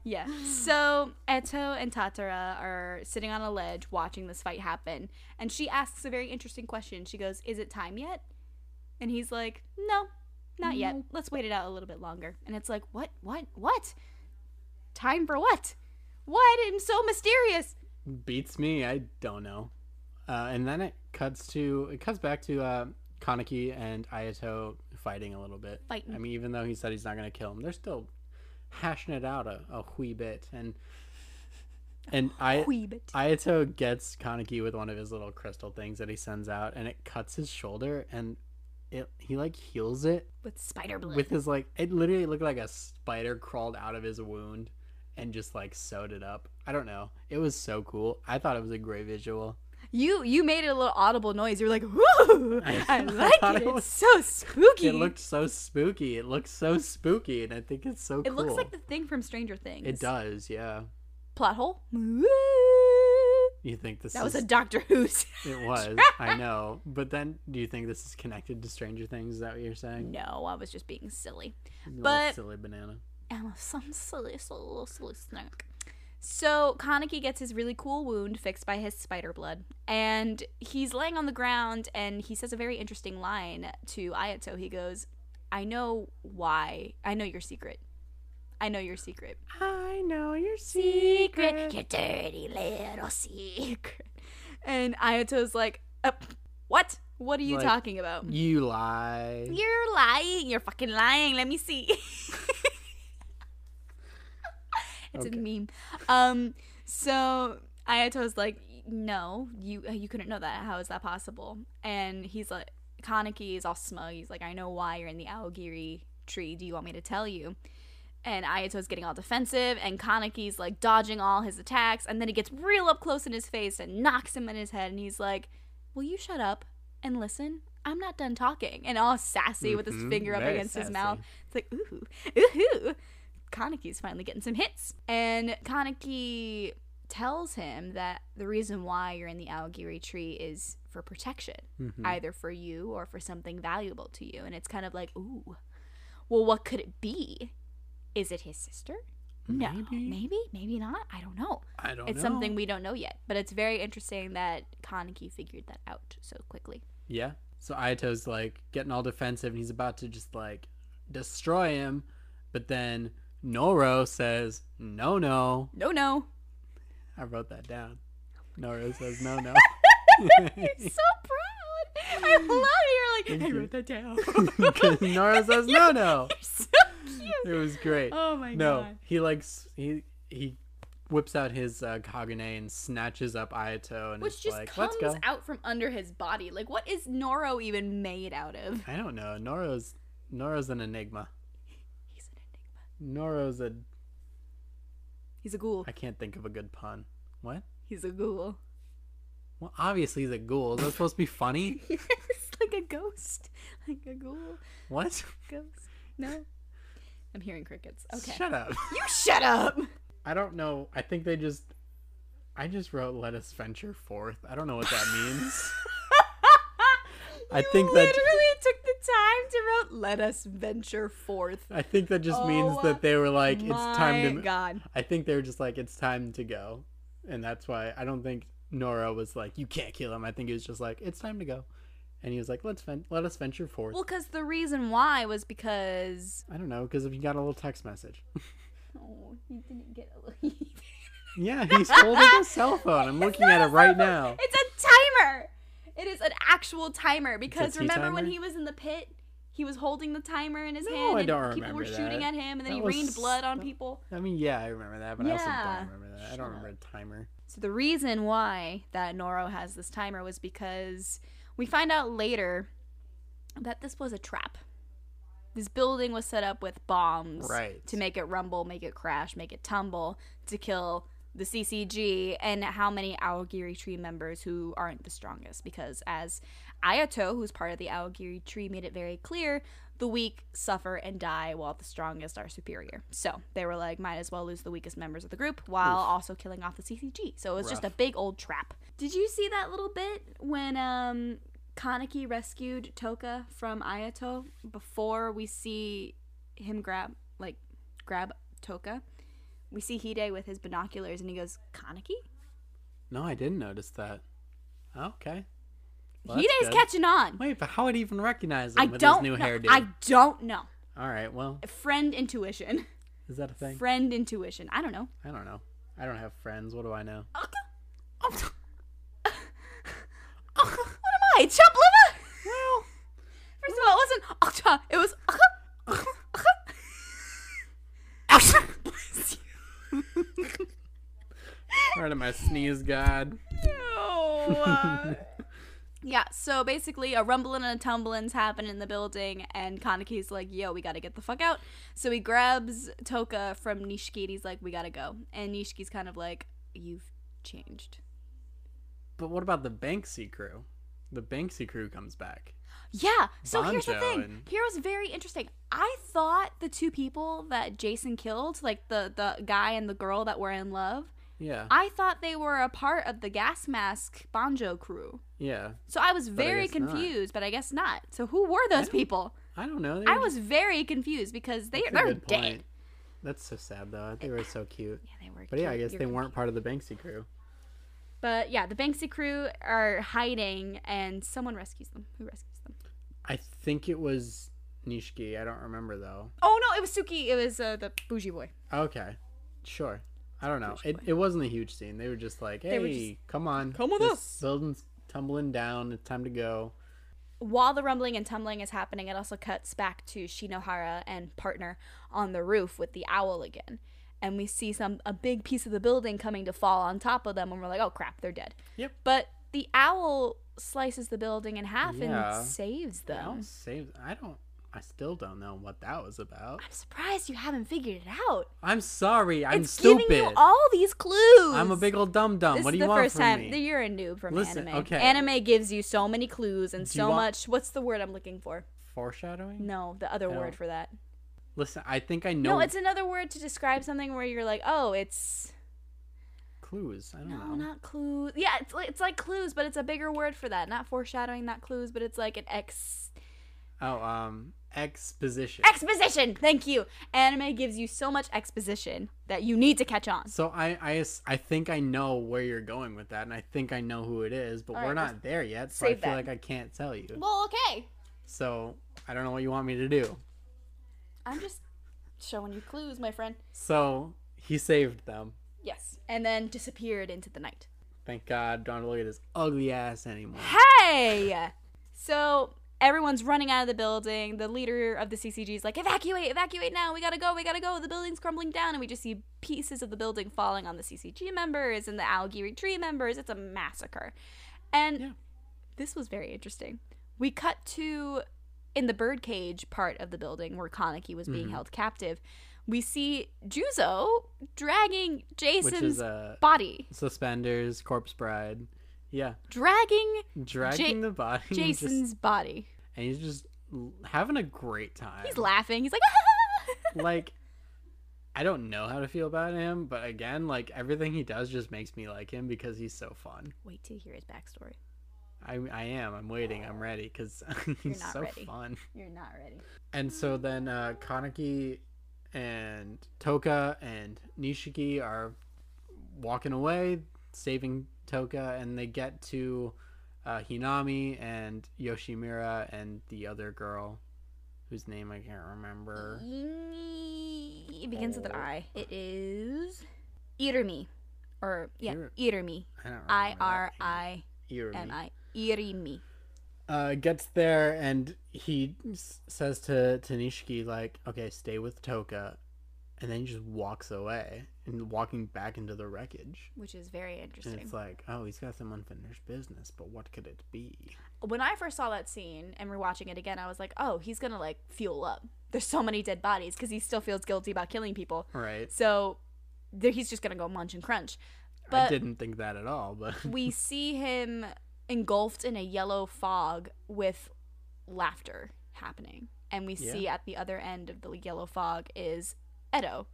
Yeah. So Eto and Tatara are sitting on a ledge watching this fight happen. And she asks a very interesting question. She goes, Is it time yet? And he's like, No, not yet. Let's wait it out a little bit longer. And it's like, What? What? What? Time for what? What? I'm so mysterious. Beats me. I don't know. Uh, and then it cuts to it cuts back to uh, Kaneki and Ayato fighting a little bit. Fighting. I mean, even though he said he's not going to kill him, they're still hashing it out a, a wee bit. And and I Queebit. Ayato gets Kaneki with one of his little crystal things that he sends out, and it cuts his shoulder, and it he like heals it With spider blood. with his like it literally looked like a spider crawled out of his wound and just like sewed it up i don't know it was so cool i thought it was a great visual you you made it a little audible noise. You were like, Woo! I- I I like thought it. it was- It's so spooky. it looked so spooky it looks so spooky and i think it's so It cool looks like the thing from Stranger Things. it does yeah Plot hole. you think this That was a is- Doctor Who. it was i know but then do you think this is connected to stranger things is that what you're saying no, I was just being silly. You little But- silly banana I'm some silly, silly, silly snack. So Kaneki gets his really cool wound fixed by his spider blood, and he's laying on the ground, and he says a very interesting line to Ayato. He goes, "I know why. I know your secret. I know your secret. i know your Secret, Mm. your dirty little secret." And Ayato's like, uh, "What? What are you Like, talking about?" you lie You're lying. You're fucking lying. Let me see. it's Okay. a meme. Um, so Ayato's like, no, you uh, you couldn't know that. How is that possible? And he's like, Kaneki is all smug. He's like, I know why you're in the Aogiri tree. Do you want me to tell you? And Ayato's getting all defensive, and Kaneki's like dodging all his attacks, and then he gets real up close in his face and knocks him in his head, and he's like, Will you shut up and listen? I'm not done talking. And all sassy with his Mhm, finger up very against his sassy. mouth. It's like, ooh, ooh, Kaneki's finally getting some hits. And Kaneki tells him that the reason why you're in the Aogiri tree is for protection Mhm. either for you or for something valuable to you. And it's kind of like, ooh, well, what could it be? Is it his sister? No, Maybe. maybe, maybe not. I don't know. i don't it's know. something we don't know yet, but it's very interesting that Kaneki figured that out so quickly. Yeah. So Ayato's like getting all defensive and he's about to just like destroy him. But then Noro says, no, no. No, no, I wrote that down. Noro says, no, no. so proud. I love it. You're like, Thank I you. wrote that down. 'Cause Noro says, no, no. so It cute. was great. Oh my no, god. he likes, he, he whips out his uh, Kagane and snatches up Ayato and Which is just like, comes let's go. out from under his body. Like, what is Noro even made out of? I don't know. Noro's, Noro's an enigma. He's an enigma. Noro's a, He's a ghoul. I can't think of a good pun. What? He's a ghoul. Well, obviously the ghoul. Is that supposed to be funny? yes, like a ghost, like a ghoul What? ghost. No, I'm hearing crickets. Okay, Shut up. you shut up. I don't know. I think they just. I just wrote "Let us venture forth." I don't know what that means. I You think that- literally took the time to wrote. Let us venture forth. I think that just means Oh, that they were like, "It's time My to." God. I think they were just like, "It's time to go," and that's why I don't think Nora was like, "You can't kill him." I think he was just like, "It's time to go," and he was like, "Let's ven- let us venture forth." Well, because the reason why was because I don't know because he got a little text message. oh, he didn't get a. yeah, he's holding his cell phone. I'm looking at it right now. It's a timer. It is an actual timer because tea remember when timer? he was in the pit, he was holding the timer in his No, hand I and don't people were remember shooting that. at him and then That he was- rained blood on that- people. I mean, yeah, I remember that, but I also Yeah. don't remember that. I Shut don't up. remember a timer. So the reason why that Noro has this timer was because we find out later that this was a trap. This building was set up with bombs Right. to make it rumble, make it crash, make it tumble, to kill the CCG and how many Aogiri Tree members who aren't the strongest. Because as Ayato, who's part of the Aogiri Tree, made it very clear, the weak suffer and die while the strongest are superior. So they were like, might as well lose the weakest members of the group while also killing off the CCG. So it was just a Rough. big old trap. Did you see that little bit when um Kaneki rescued Toka from Ayato before we see him grab like grab Toka. We see Hide with his binoculars and he goes, Kaneki? No, I didn't notice that. Okay. Well, that's Hide's good. catching on. Wait, but how would he even recognize him I with don't his new know. hairdo? I don't know. All right, well, Friend intuition. is that a thing? Friend intuition. I don't know. I don't know. I don't have friends. What do I know? what am I? Chump liver? Well, first of all, it wasn't Okta. It was Bless Part of my sneeze god. you. Ew. yeah, so basically a rumbling and a tumbling's happened in the building and Kaneki's like, yo, we gotta get the fuck out. So he grabs Toka from Nishiki and he's like, we gotta go. And Nishiki's kind of like, you've changed. But what about the Banksy crew? The Banksy crew comes back. Yeah. So here's the Banjo thing. and- Here was very interesting. I thought the two people that Jason killed, like the the guy and the girl that were in love, Yeah, I thought they were a part of the gas mask banjo crew. yeah. So I was I very guess not. confused, but I guess not. So who were those don't- people? I don't know. They I were- was very confused because they that's a they're good dead. point. That's so sad though. They were so cute. Yeah, they were. But yeah, I cute. guess You're they confused. weren't part of the Banksy crew. But yeah, the Banksy crew are hiding, and someone rescues them. Who rescues them? I think it was Nishiki. I don't remember though. Oh no, it was Suki. It was uh, the bougie boy. Okay, sure. I don't know. Which It, way? it wasn't a huge scene. They were just like, They "Hey, were come on, "Come with this us." Building's tumbling down. It's time to go." while the rumbling and tumbling is happening, it also cuts back to Shinohara and partner on the roof with the owl again. And we see some a big piece of the building coming to fall on top of them and we're like, "Oh crap, they're dead." Yep. But the owl slices the building in half Yeah. and saves them. Well, save. I don't. I still don't know what that was about. I'm surprised you haven't figured it out. I'm sorry. I'm it's giving you stupid. all these clues. I'm a big old dum dum. This What is do the you want first from time me? that you're a noob from Listen, anime. okay. Anime gives you so many clues and Do you so want- much. What's the word I'm looking for? Foreshadowing. No, the other I word don't- for that. Listen, I think I know No, it's another word to describe something where you're like, oh, it's clues. I don't no, know. not clues. Yeah, it's like, it's like clues, but it's a bigger word for that. Not foreshadowing, not clues, but it's like an ex Oh, um, exposition. exposition. Thank you. Anime gives you so much exposition that you need to catch on. so I, I, as- I think I know where you're going with that, and I think I know who it is, but All we're right, not there yet, so I save feel that. like I can't tell you. Well, okay. So I don't know what you want me to do. I'm just showing you clues, my friend. So he saved them. Yes, and then disappeared into the night. Thank God, don't look at his ugly ass anymore. Hey! So everyone's running out of the building. The leader of the CCG is like, evacuate, evacuate now. We gotta go, we gotta go. The building's crumbling down. And we just see pieces of the building falling on the CCG members and the Algiri tree members. It's a massacre. And Yeah. this was very interesting. We cut to in the birdcage part of the building where Kaneki was being Mhm. held captive. We see Juzo dragging Which Jason's is uh, body. Suspenders, Corpse Bride. Yeah, dragging dragging the body. and just- Jason's body. and he's just l- having a great time. He's laughing. He's like, like, I don't know how to feel about him, but again, like everything he does just makes me like him because he's so fun. wait till you hear his backstory. I I am. I'm waiting. I'm ready because he's not so ready. fun. You're not ready. And so then uh, Kaneki and Toka and Nishiki are walking away, saving Toka, and they get to uh, Hinami and Yoshimura and the other girl, whose name I can't remember. It begins with an Oh. I. It is Irimi, or yeah, Ir- Irimi. I don't remember I that R name. I M Irumi. I. Irimi. Uh, gets there and he s- says to, to Nishiki, like, okay, stay with Toka. And then he just walks away and walking back into the wreckage. which is very And interesting. it's like, oh, he's got some unfinished business, but what could it be? when I first saw that scene and rewatching it again, I was like, oh, he's gonna like fuel up. There's so many dead bodies because he still feels guilty about killing people. Right. So there, he's just gonna go munch and crunch. I But didn't think that at all, but we see him engulfed in a yellow fog with laughter happening. And we Yeah. see at the other end of the yellow fog is Edo,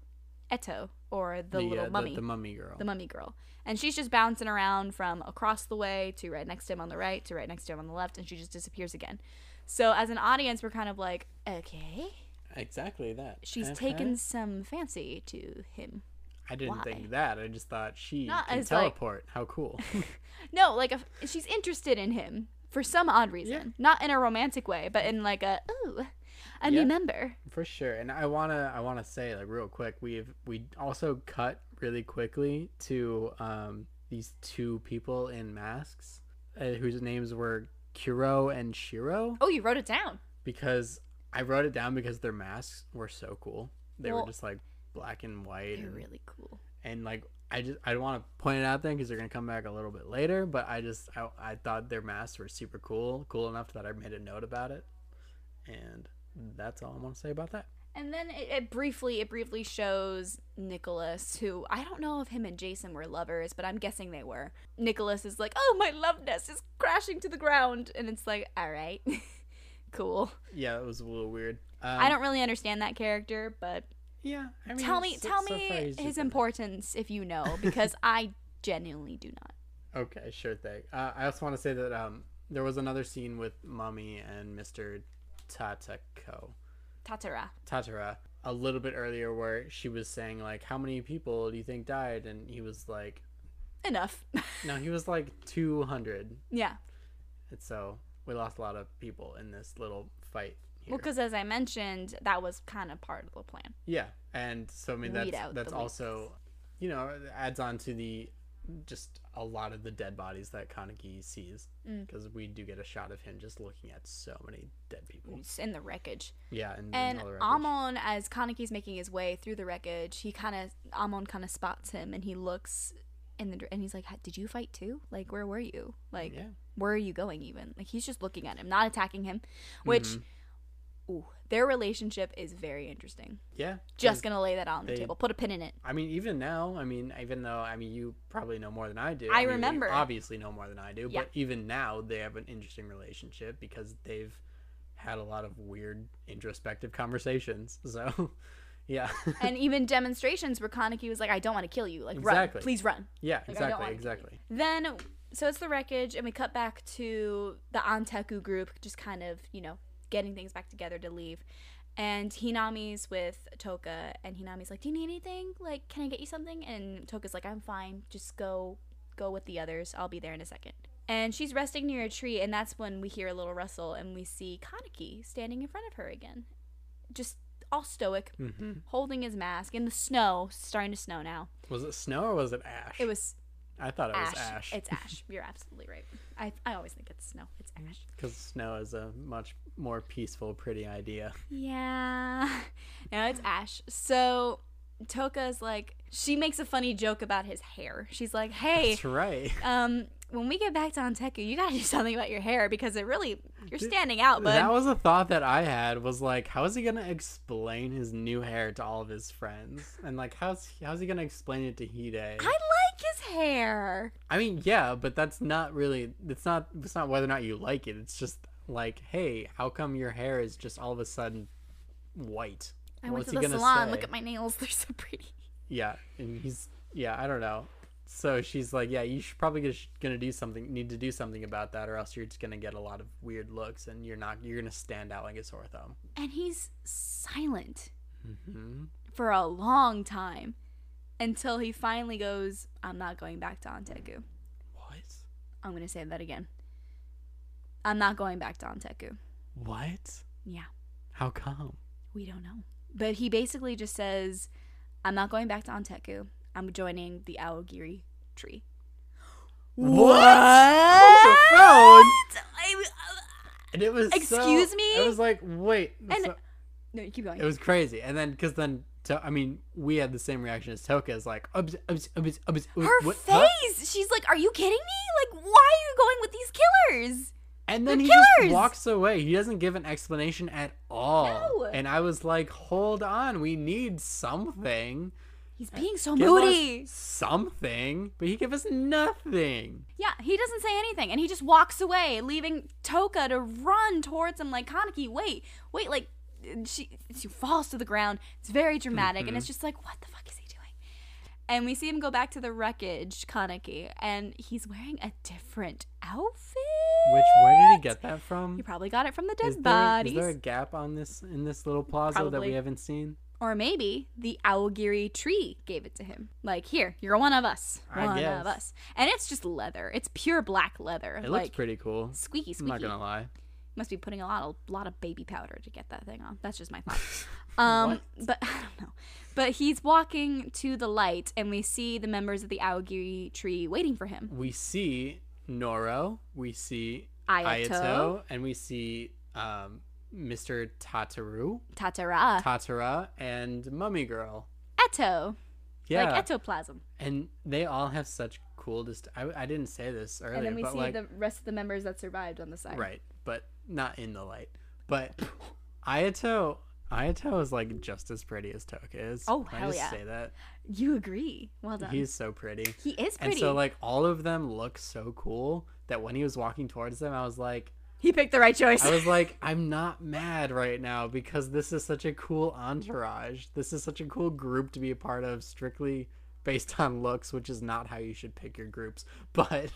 Eto, or the, uh, little mummy, The, the, mummy girl. mummy girl. And she's just bouncing around from across the way to right next to him on the right to right next to him on the left, and she just disappears again. So as an audience, we're kind of like, okay, exactly that. she's Okay. taken some fancy to him. I didn't why? think that. I just thought she Not can as, like- teleport. How cool. No, like a, she's interested in him for some odd reason. Not in a romantic way, but in like a ooh, I Yeah. remember. For sure. And I wanna I wanna say like real quick, we've we also cut really quickly to um these two people in masks uh, whose names were Kuro and Shiro Oh, you wrote it down. because I wrote it down because their masks were so cool. They Well, were just like black and white They're and, really cool. and like I just I want to point it out then because they're gonna come back a little bit later. But I just I, I thought their masks were super cool, cool enough that I made a note about it, and that's all I want to say about that. And then it, it briefly it briefly shows Nicholas, who I don't know if him and Jason were lovers, but I'm guessing they were. Nicholas is like, "Oh, my love nest is crashing to the ground," and it's like, "All right, cool." Yeah, it was a little weird. Um, I don't really understand that character, but Yeah, I mean, tell me so- tell so far me he's just his in it. importance if you know, because I genuinely do not. Okay, sure thing. Uh, I also want to say that um there was another scene with Mommy and Mister Tatako. Tatara. Tatara a little bit earlier where she was saying like how many people do you think died and he was like enough. no he was like 200 yeah. and so we lost a lot of people in this little fight here. Well, because as I mentioned, that was kind of part of the plan. yeah and so i mean Weed that's out that's the also you know adds on to the just a lot of the dead bodies that kaneki sees Mm. because we do get a shot of him just looking at so many dead people It's in the wreckage. yeah and, Mm. And all the wreckage. Amon, as Kaneki's making his way through the wreckage, he kind of Amon kind of spots him, and he looks in the dir- and he's like, "Did you fight too? Like, where were you? Like, yeah where are you going? Even like, he's just looking at him, not attacking him. Which, Mhm. ooh, their relationship is very interesting. yeah Just gonna lay that out on the they- table. Put a pin in it. I mean, even now, I mean, even though, I mean, you probably know more than I do. I mean, you remember. obviously know more than I do, Yeah. but even now, they have an interesting relationship because they've had a lot of weird introspective conversations. So, yeah. and even demonstrations where Kaneki was like, "I don't want to kill you. Like, Exactly. run, please run." yeah, Like, I exactly, don't wanna kill you. exactly. Then, so it's the wreckage, and we cut back to the Anteku group, just kind of, you know, getting things back together to leave. And Hinami's with Toka, and Hinami's like, "Do you need anything? Like, can I get you something?" And Toka's like, "I'm fine. Just go, go with the others. I'll be there in a second. And she's resting near a tree, and that's when we hear a little rustle, and we see Kaneki standing in front of her again, just all stoic, hmm holding his mask in the snow. It's starting to snow now. Was it snow or was it ash? It was I thought it ash. was ash. It's ash. You're absolutely right. I, I always think it's snow. It's Mm. ash. Because snow is a much more peaceful, pretty idea. Yeah. No, it's ash. So Toka's like she makes a funny joke about his hair. She's like, "Hey, That's right. um, when we get back to Anteku, you gotta do something about your hair because it really you're standing out, bud." that was a thought that I had was like, how is he gonna explain his new hair to all of his friends? And like how's how's he gonna explain it to Hide? I like his hair. I mean, yeah, but that's not really. It's not. It's not whether or not you like it. It's just like, hey, how come your hair is just all of a sudden white? I went to the salon. Look at my nails; they're so pretty. Yeah, and he's yeah. I don't know. So she's like, yeah, you should probably just gonna do something. Need to do something about that, or else you're just gonna get a lot of weird looks, and you're not. You're gonna stand out like a sore thumb. And he's silent hmm for a long time until he finally goes, "I'm not going back to Anteku." What? I'm gonna say that again. I'm not going back to Anteku. What? Yeah. How come? We don't know. But he basically just says, I'm not going back to Anteku. I'm joining the Aogiri tree. What? Hold the phone? I, uh, And it was so- Excuse me? It was like, wait. And- so- no, you keep going. it was crazy, and then because then to, I mean, we had the same reaction as Toka. Is like, "Ubs, ubs, ubs, ubs, ubs, Her what- face! huh?" She's like, Are you kidding me? Like, why are you going with these killers? and then They're he killers! just walks away. He doesn't give an explanation at all. No. And I was like, hold on, we need something. He's being so Give moody. us something, but he gave us nothing. Yeah, he doesn't say anything and he just walks away, leaving Toka to run towards him like Kaneki, wait, wait, like and she she falls to the ground. It's very dramatic and it's Mm-hmm. just like, what the fuck is he doing? And we see him go back to the wreckage, Kaneki, and he's wearing a different outfit. Which where did he get that from? He probably got it from the dead Is there, bodies. is there a gap on this in this little plaza that Probably. we haven't seen? Or maybe the Aogiri tree gave it to him. Like, here, you're one of us. I One of guess. us. And it's just leather. It's pure black leather. It like looks pretty cool. squeaky I'm squeaky. not gonna lie. must be putting a lot of lot of baby powder to get that thing on. That's just my thought. Um, but I don't know. But he's walking to the light, and we see the members of the Aogiri tree waiting for him. We see Noro, we see Ayato. Ayato, and we see um, Mr. Tataru, Tatara, Tatara, and Mummy Girl. Eto, Yeah, like ectoplasm. and they all have such cool. Dist- I, I didn't say this earlier, and then we but see like the rest of the members that survived on the side. right, but not in the light. But Ayato, Ayato is like just as pretty as Toka is. Oh, Can I hell just yeah. Say that You agree? Well done. he's so pretty. he is pretty. And so like all of them look so cool that when he was walking towards them, I was like, he picked the right choice. I was like, I'm not mad right now because this is such a cool entourage. This is such a cool group to be a part of, strictly based on looks, which is not how you should pick your groups. But I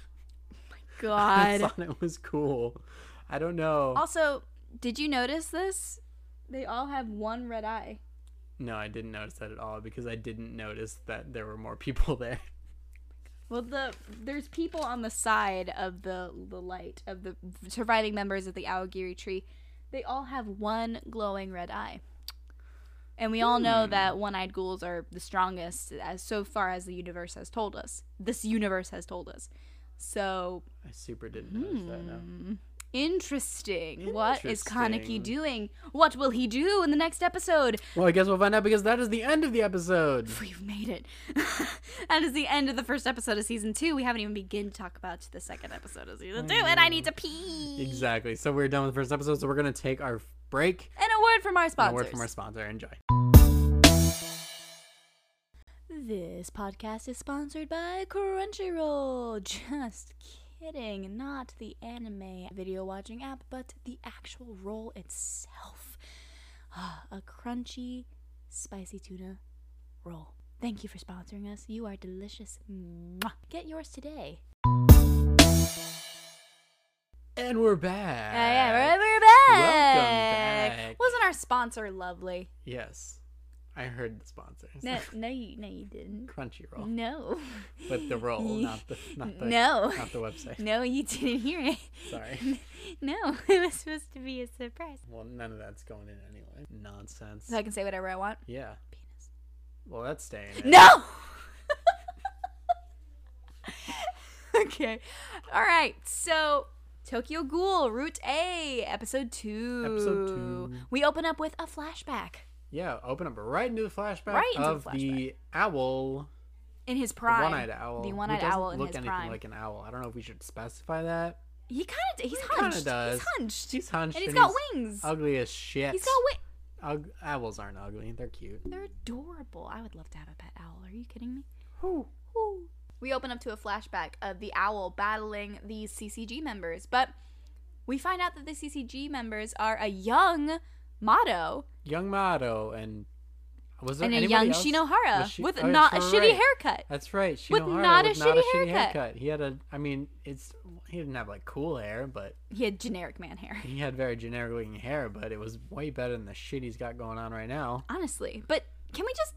God. thought it was cool. I don't know. Also, did you notice this? They all have one red eye. No, I didn't notice that at all because I didn't notice that there were more people there. Well, the there's people on the side of the the light of the surviving members of the Aogiri tree. They all have one glowing red eye, and we all know that one-eyed ghouls are the strongest, as so far as the universe has told us. This universe has told us. So mm, I super didn't notice that. No. Hmm. interesting. What is Kaneki Interesting. doing? What will he do in the next episode? Well, I guess we'll find out because that is the end of the episode. We've made it. that is the end of the first episode of season two. We haven't even begun to talk about the second episode of season two, and I need to pee. Exactly. So we're done with the first episode. So we're gonna take our break. And a word from our and sponsors. A word from our sponsor. Enjoy. This podcast is sponsored by Crunchyroll. Just kidding. Not the anime video watching app, but the actual roll itself. Ah, A crunchy, spicy tuna roll. Thank you for sponsoring us. You are delicious. Mwah. Get yours today. And we're back. Yeah, yeah, we're, we're back. Welcome back. Wasn't our sponsor lovely? Yes. I heard the sponsors. No, no, you, no, you didn't. Crunchyroll. No. But the roll, not the not the no. not the website. No, you didn't hear it. Sorry. No, it was supposed to be a surprise. Well, none of that's going in anyway. Nonsense. So I can say whatever I want. yeah. Penis. Well, that's staying. in. No. okay. All right. So Tokyo Ghoul Route A, Episode Two. Episode two. We open up with a flashback Yeah, open up right into the flashback Right into the of the owl, in his the prime. one-eyed owl. The who one-eyed doesn't owl in look his anything prime. like an owl. I don't know if we should specify that. He kind of. He's Kinda hunched. does. He's hunched. He's hunched and he's and got he's wings. Ugly as shit. He's got wings. Ug- owls aren't ugly. They're cute. They're adorable. I would love to have a pet owl. Are you kidding me? Whew. Ooh. we open up to a flashback of the owl battling these CCG members, but we find out that the CCG members are a young Motto Young Mato and was there and a anybody young else? Shinohara Was she- with oh, yeah, not a sure, shitty right. haircut. That's right. With Shinohara not a with not shitty a shitty haircut. haircut. He had a. I mean, it's he didn't have like cool hair, but He had generic man hair. he had very generic looking hair. But it was way better than the shit he's got going on right now. honestly. But can we just?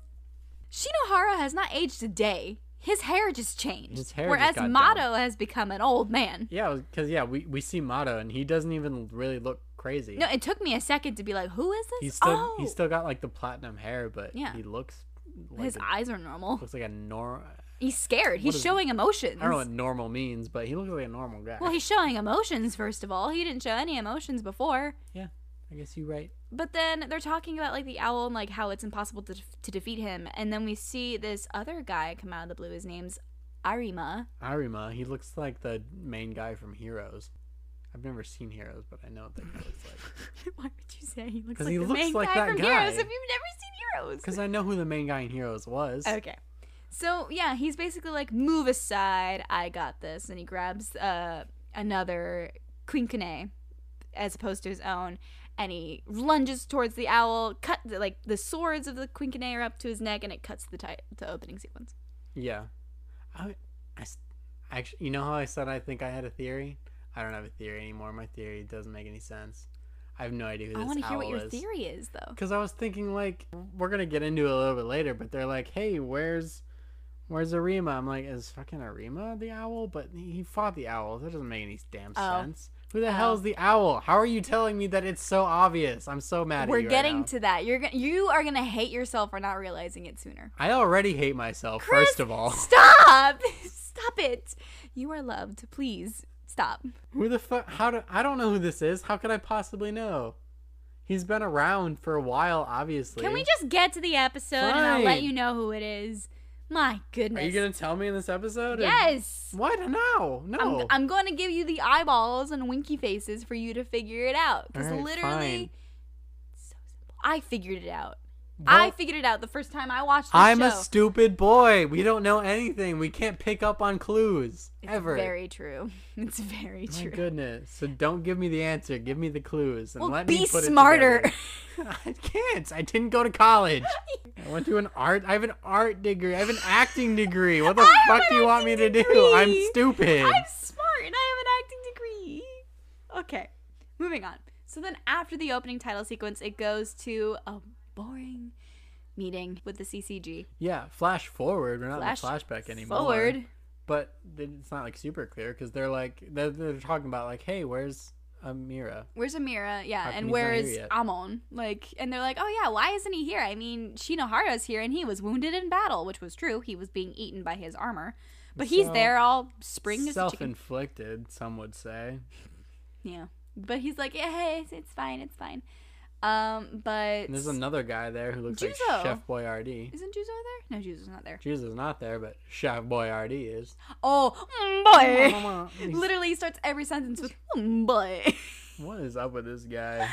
Shinohara has not aged a day. His hair just changed. His hair just Whereas got Mato has become an old man. Yeah, because yeah, we we see Mato and he doesn't even really look crazy. No, it took me a second to be like, who is this? he's still oh, he's still got like the platinum hair, but Yeah. he looks like his a- eyes are normal. looks like a normal. He's scared. He's is- showing emotions. I don't know what normal means, but he looks like a normal guy. Well, he's showing emotions first of all. He didn't show any emotions before. yeah, I guess you're right. But then they're talking about like the owl and like how it's impossible to, to defeat him. And then we see this other guy come out of the blue. His name's Arima. Arima, he looks like the main guy from Heroes. I've never seen Heroes, but I know what that guy looks like. Why would you say he looks 'Cause like he the looks main like guy that from guy. Heroes? If you've never seen Heroes, Because I know who the main guy in Heroes was. okay. So yeah, he's basically like, move aside, I got this, and he grabs uh, another Queen Kane as opposed to his own, and he lunges towards the owl. Cut the, like the swords of the Queen Kane are up to his neck, and it cuts the ti- the opening sequence. Yeah. I, I s- actually, you know how I said I think I had a theory? I don't have a theory anymore. My theory doesn't make any sense. I have no idea who this I want to hear what owl your is. theory is, though. Because I was thinking like we're gonna get into it a little bit later, but they're like, "Hey, where's where's Arima?" I'm like, "Is fucking Arima the owl?" But he fought the owl. That doesn't make any damn Oh. sense. Who the Oh. hell is the owl? How are you telling me that it's so obvious? I'm so mad. at We're you getting right now. to that. You're go- you are gonna hate yourself for not realizing it sooner. I already hate myself. Chris, First of all, Stop! Stop it! You are loved. Please stop. who the fuck? How do I don't know who this is? How could I possibly know? He's been around for a while, obviously. Can we just get to the episode and I'll let Fine. you know who it is? My goodness. Are you gonna tell me in this episode? or- Yes! What? No. No. I'm, I'm going to give you the eyeballs and winky faces for you to figure it out. Because Alright, literally, fine. so simple. I figured it out. I Well- figured it out the first time I watched the I'm show. a stupid boy. We don't know anything. We can't pick up on clues it's ever. Oh very true. It's very My true. goodness. So don't give me the answer. Give me the clues and Well, let be me put smarter. It together. I can't. I didn't go to college. I went to an art. I have an art degree. I have an acting degree. What the I have fuck an do you want me to acting do? I'm degree. stupid. I'm smart and I have an acting degree. Okay, moving on. So then after the opening title sequence, it goes to a boring meeting with the CCG. Yeah. Flash forward. We're not in Flash the flashback anymore. Forward. But it's not like super clear because they're like they're, they're talking about like, hey, where's Amira? Where's Amira? Yeah, How come and he's not where here is yet? Amon? Like, and they're like, oh yeah, why isn't he here? I mean, Shinohara's here, and he was wounded in battle, which was true. He was being eaten by his armor, but he's So- there all spring as a chicken. Self-inflicted, some would say. Yeah, but he's like, yeah, hey, it's, it's fine, it's fine. Um, but And there's another guy there who looks Juzo. like Chef Boyardee. isn't Juzo there? No, Juzo's not there. Jesus is not there, but Chef Boyardee is. Oh, mm, boy. He's- Literally starts every sentence with mm, boy. I don't what is up with this guy? know,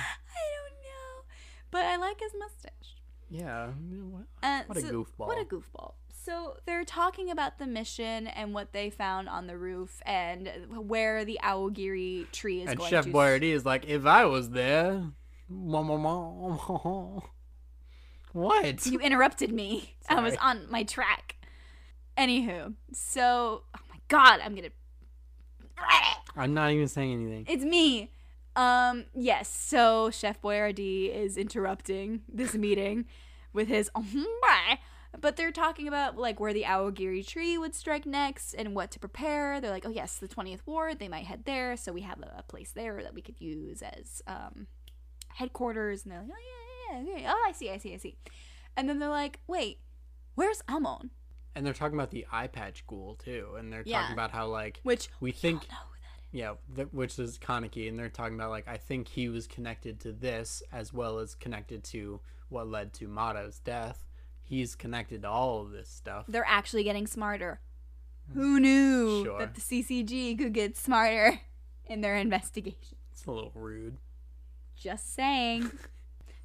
but I like his mustache. Yeah. What, Uh, what a so- goofball. What a goofball. So they're talking about the mission and what they found on the roof and where the Aogiri tree is and going Chef to. Boyardee is like, if I was there. wah, wah, wah, wah, wah." What? You interrupted me. I was Sorry. on my track. Anywho, so oh my god, I'm gonna. I'm not even saying anything. It's me. Um, yes, so Chef Boyardee is interrupting this meeting with his but they're talking about like where the Awagiri tree would strike next and what to prepare. They're like, oh yes, the 20th ward, they might head there, so we have a, a place there that we could use as um headquarters and they're like, oh yeah, yeah, yeah, yeah. Oh, I see, I see, I see. And then they're like, wait, where's Amon? And they're talking about the eye patch ghoul, too. And they're Yeah. talking about how, like, Which oh, we think I don't know who that is. Yeah, th- which is Kaneki, and they're talking about like I think he was connected to this as well as connected to what led to Mato's death. He's connected to all of this stuff. They're actually getting smarter. Who knew Sure. that the CCG could get smarter in their investigation? It's a little rude. Just saying.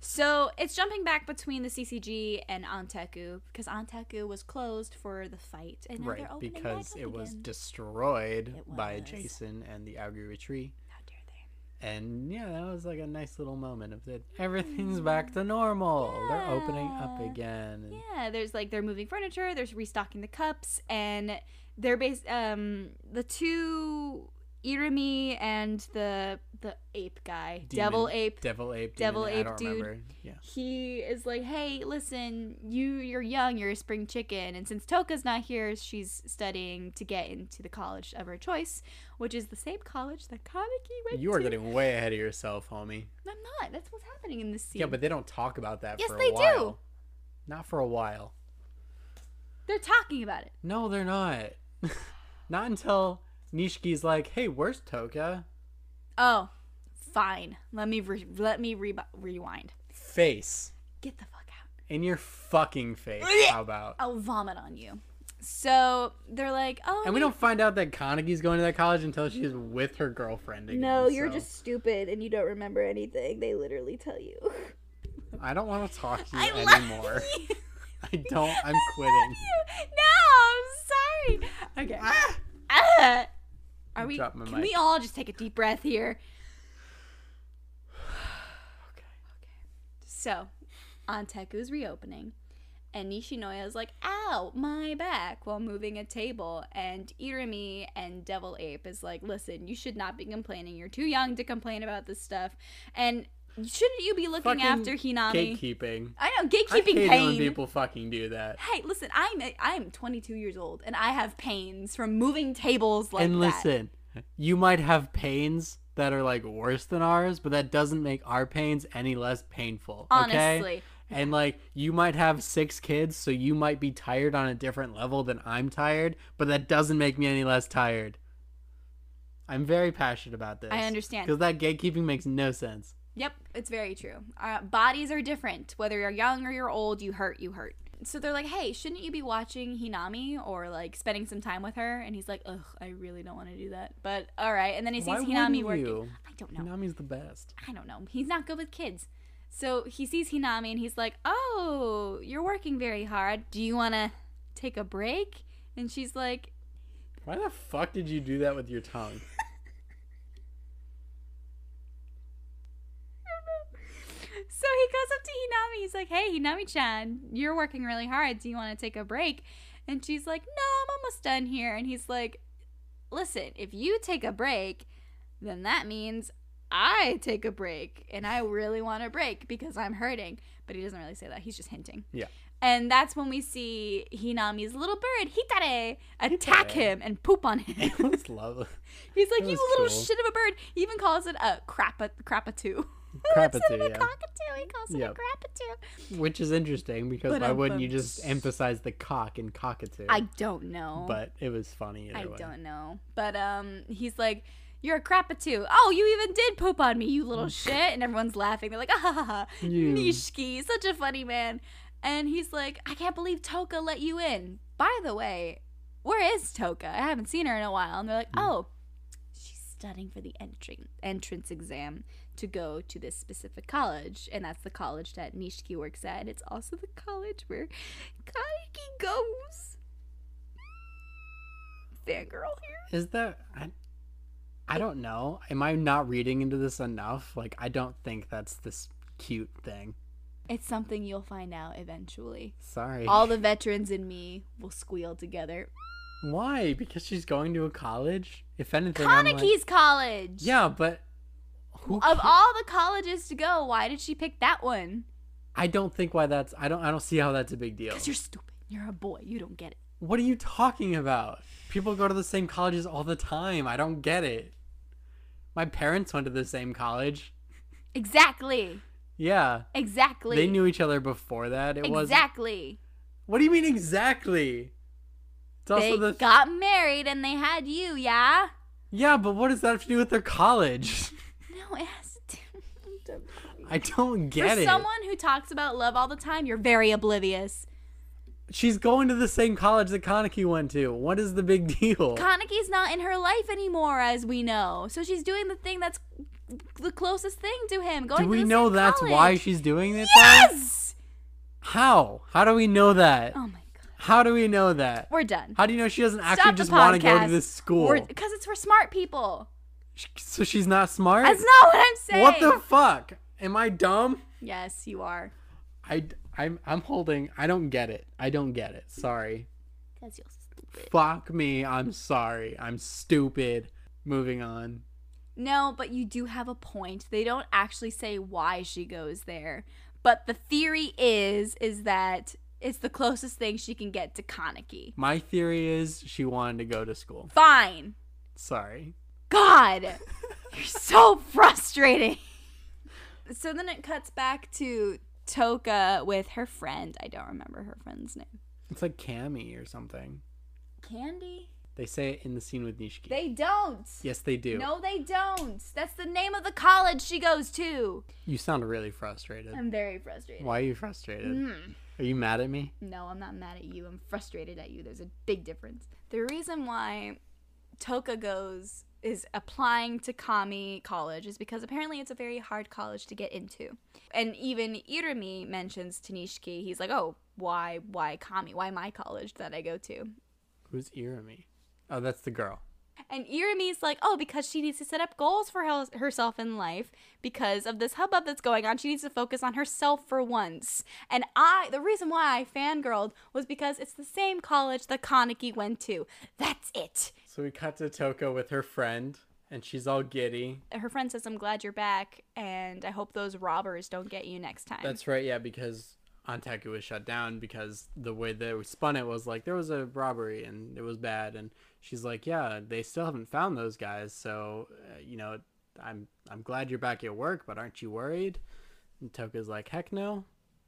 So it's jumping back between the CCG and Anteku because Anteku was closed for the fight, and now right, they're opening because right it up was again. destroyed It by was. Jason and the Aguri tree. How dare they? And yeah, that was like a nice little moment of that everything's back to normal. They're opening up Mm-hmm. Yeah. again. and- Yeah, there's like they're moving furniture, there's restocking the cups, and they're based um the two Irimi and the the ape guy, devil Demon- ape. Devil ape. Devil demon, ape I don't dude. remember. Yeah. he is like, "Hey, listen, you you're young, you're a spring chicken, and since Toka's not here, she's studying to get into the college of her choice, which is the same college that Kamiki went You are to." getting way ahead of yourself, homie. I'm not. That's what's happening in this scene. Yeah, but they don't talk about that Yes, for a they do. while. Not for a while. they're talking about it. No, they're not. not until Nishiki's like, hey, where's Toka? Oh, fine. Let me re- let me re- rewind. Face. Get the fuck out. In your fucking face. How about? I'll vomit on you. So they're like, "Oh, And we don't find out that Carnegie's going to that college until she's with her girlfriend again. no, you're so just stupid and you don't remember anything. They literally tell you. I don't want to talk to you I love anymore. you. I don't. I'm love quitting. you. No, I'm sorry. Okay. Ah. Are we? Drop my Can mic. we all just take a deep breath here? Okay. So, Anteku's reopening, and Nishinoya is like, "Ow, my back!" while moving a table, and Irami and Devil Ape is like, "Listen, you should not be complaining. You're too young to complain about this stuff, and shouldn't you be looking Fucking after Hinami?" Gatekeeping. I know I gatekeeping hate it when pain. people fucking do that. Hey, listen, I'm I'm 22 years old and I have pains from moving tables like and that. listen, you might have pains that are like worse than ours, but that doesn't make our pains any less painful. okay? Honestly. And like you might have six kids, so you might be tired on a different level than I'm tired, but that doesn't make me any less tired. I'm very passionate about this. I understand. Because that gatekeeping makes no sense. Yep, it's very true. Uh, bodies are different. Whether you're young or you're old, you hurt, you hurt. So they're like, hey, shouldn't you be watching Hinami or like spending some time with her? And he's like, ugh, I really don't want to do that. But all right. And then he sees Why Hinami wouldn't working. you? I don't know. Nami's the best. I don't know. He's not good with kids. So he sees Hinami and he's like, Oh, you're working very hard. Do you want to take a break? And she's like, Why the fuck did you do that with your tongue? So he goes up to Hinami. He's like, "Hey, Hinami-chan, you're working really hard. Do you want to take a break?" And she's like, "No, I'm almost done here." And he's like, "Listen, if you take a break, then that means I take a break, and I really want a break because I'm hurting." But he doesn't really say that. He's just hinting. Yeah. And that's when we see Hinami's little bird Hitare attack Hitare. him and poop on him. it was lovely. He's like, That "You was little cool. shit of a bird." He even calls it a crapa crapatoo. Crap Instead of yeah. a cockatoo, he calls it a Yep. crapatoo. Which is interesting because why wouldn't you just Ba-dum-bum. emphasize the cock and cockatoo? I don't know. but it was funny. Either I way. don't know. But um, he's like, "You're a crapatoo." Oh, you even did poop on me, you little Mm. shit! And everyone's laughing. They're like, "Ah ha ha ha!" You. Nishiki, such a funny man. And he's like, "I can't believe Toka let you in." By the way, where is Toka? I haven't seen her in a while. And they're Mm. like, "Oh, she's studying for the entry- entrance exam to go to this specific college, and that's the college that Nishiki works at. And it's also the college where Kaneki goes." Fangirl here. Is that? I, I don't know. Am I not reading into this enough? Like, I don't think that's this cute thing. It's something you'll find out eventually. Sorry. All the veterans in me will squeal together. Why? Because she's going to a college. If anything, I'm like- Kaneki's college. yeah, but who? Of ca- all the colleges to go, why did she pick that one? I don't think why that's. I don't. I don't see how that's a big deal. Because you're stupid. You're a boy. You don't get it. What are you talking about? People go to the same colleges all the time. I don't get it. My parents went to the same college. Exactly. Yeah. Exactly. They knew each other before that. It was Exactly. What do you mean exactly? It's also They the got married and they had you, yeah? Yeah, but what does that have to do with their college? No, it has to do. I don't For get it. someone who talks about love all the time, you're very oblivious. She's going to the same college that Kaneki went to. What is the big deal? Kaneki's not in her life anymore, as we know. So she's doing the thing that's the closest thing to him. Going Do to we the know same that's college. why she's doing it? though? Yes. How? How do we know that? Oh my god. How do we know that? We're done. How do you know she doesn't Stop actually the just want to go to podcast. this school? Because it's for smart people. Sh- So she's not smart? That's not what I'm saying. what the fuck? Am I dumb? yes, you are. I I'm I'm holding. I don't get it. I don't get it. Sorry. Because you're stupid. Fuck me. I'm sorry. I'm stupid. Moving on. No, but you do have a point. They don't actually say why she goes there, but the theory is is that it's the closest thing she can get to Kaneki. My theory is she wanted to go to school. Fine. Sorry. God, you're so frustrating. So then it cuts back to Toka with her friend. I don't remember her friend's name. It's like Cammy or something. Candy? They say it in the scene with Nishiki. They don't. yes, they do. No, they don't. That's the name of the college she goes to. You sound really frustrated. I'm very frustrated. Why are you frustrated? Mm. Are you mad at me? No, I'm not mad at you. I'm frustrated at you. There's a big difference. The reason why Toka goes is applying to Kami College is because apparently it's a very hard college to get into. And even Irumi mentions to Nishiki, he's like, "Oh, why why Kami? Why my college that I go to?" Who's Irami? Oh, that's the girl. And Irumi's like, "Oh, because she needs to set up goals for her- herself in life because of this hubbub that's going on. She needs to focus on herself for once." And I, the reason why I fangirled was because it's the same college that Kaneki went to. That's it. So we cut to Toko with her friend, and she's all giddy. Her friend says, "I'm glad you're back, and I hope those robbers don't get you next time." That's right, yeah, because Antaku was shut down because the way that we spun it was like there was a robbery and it was bad, and she's like, yeah, they still haven't found those guys, so uh, you know, I'm I'm glad you're back at work, but aren't you worried? And Toka's like, heck no,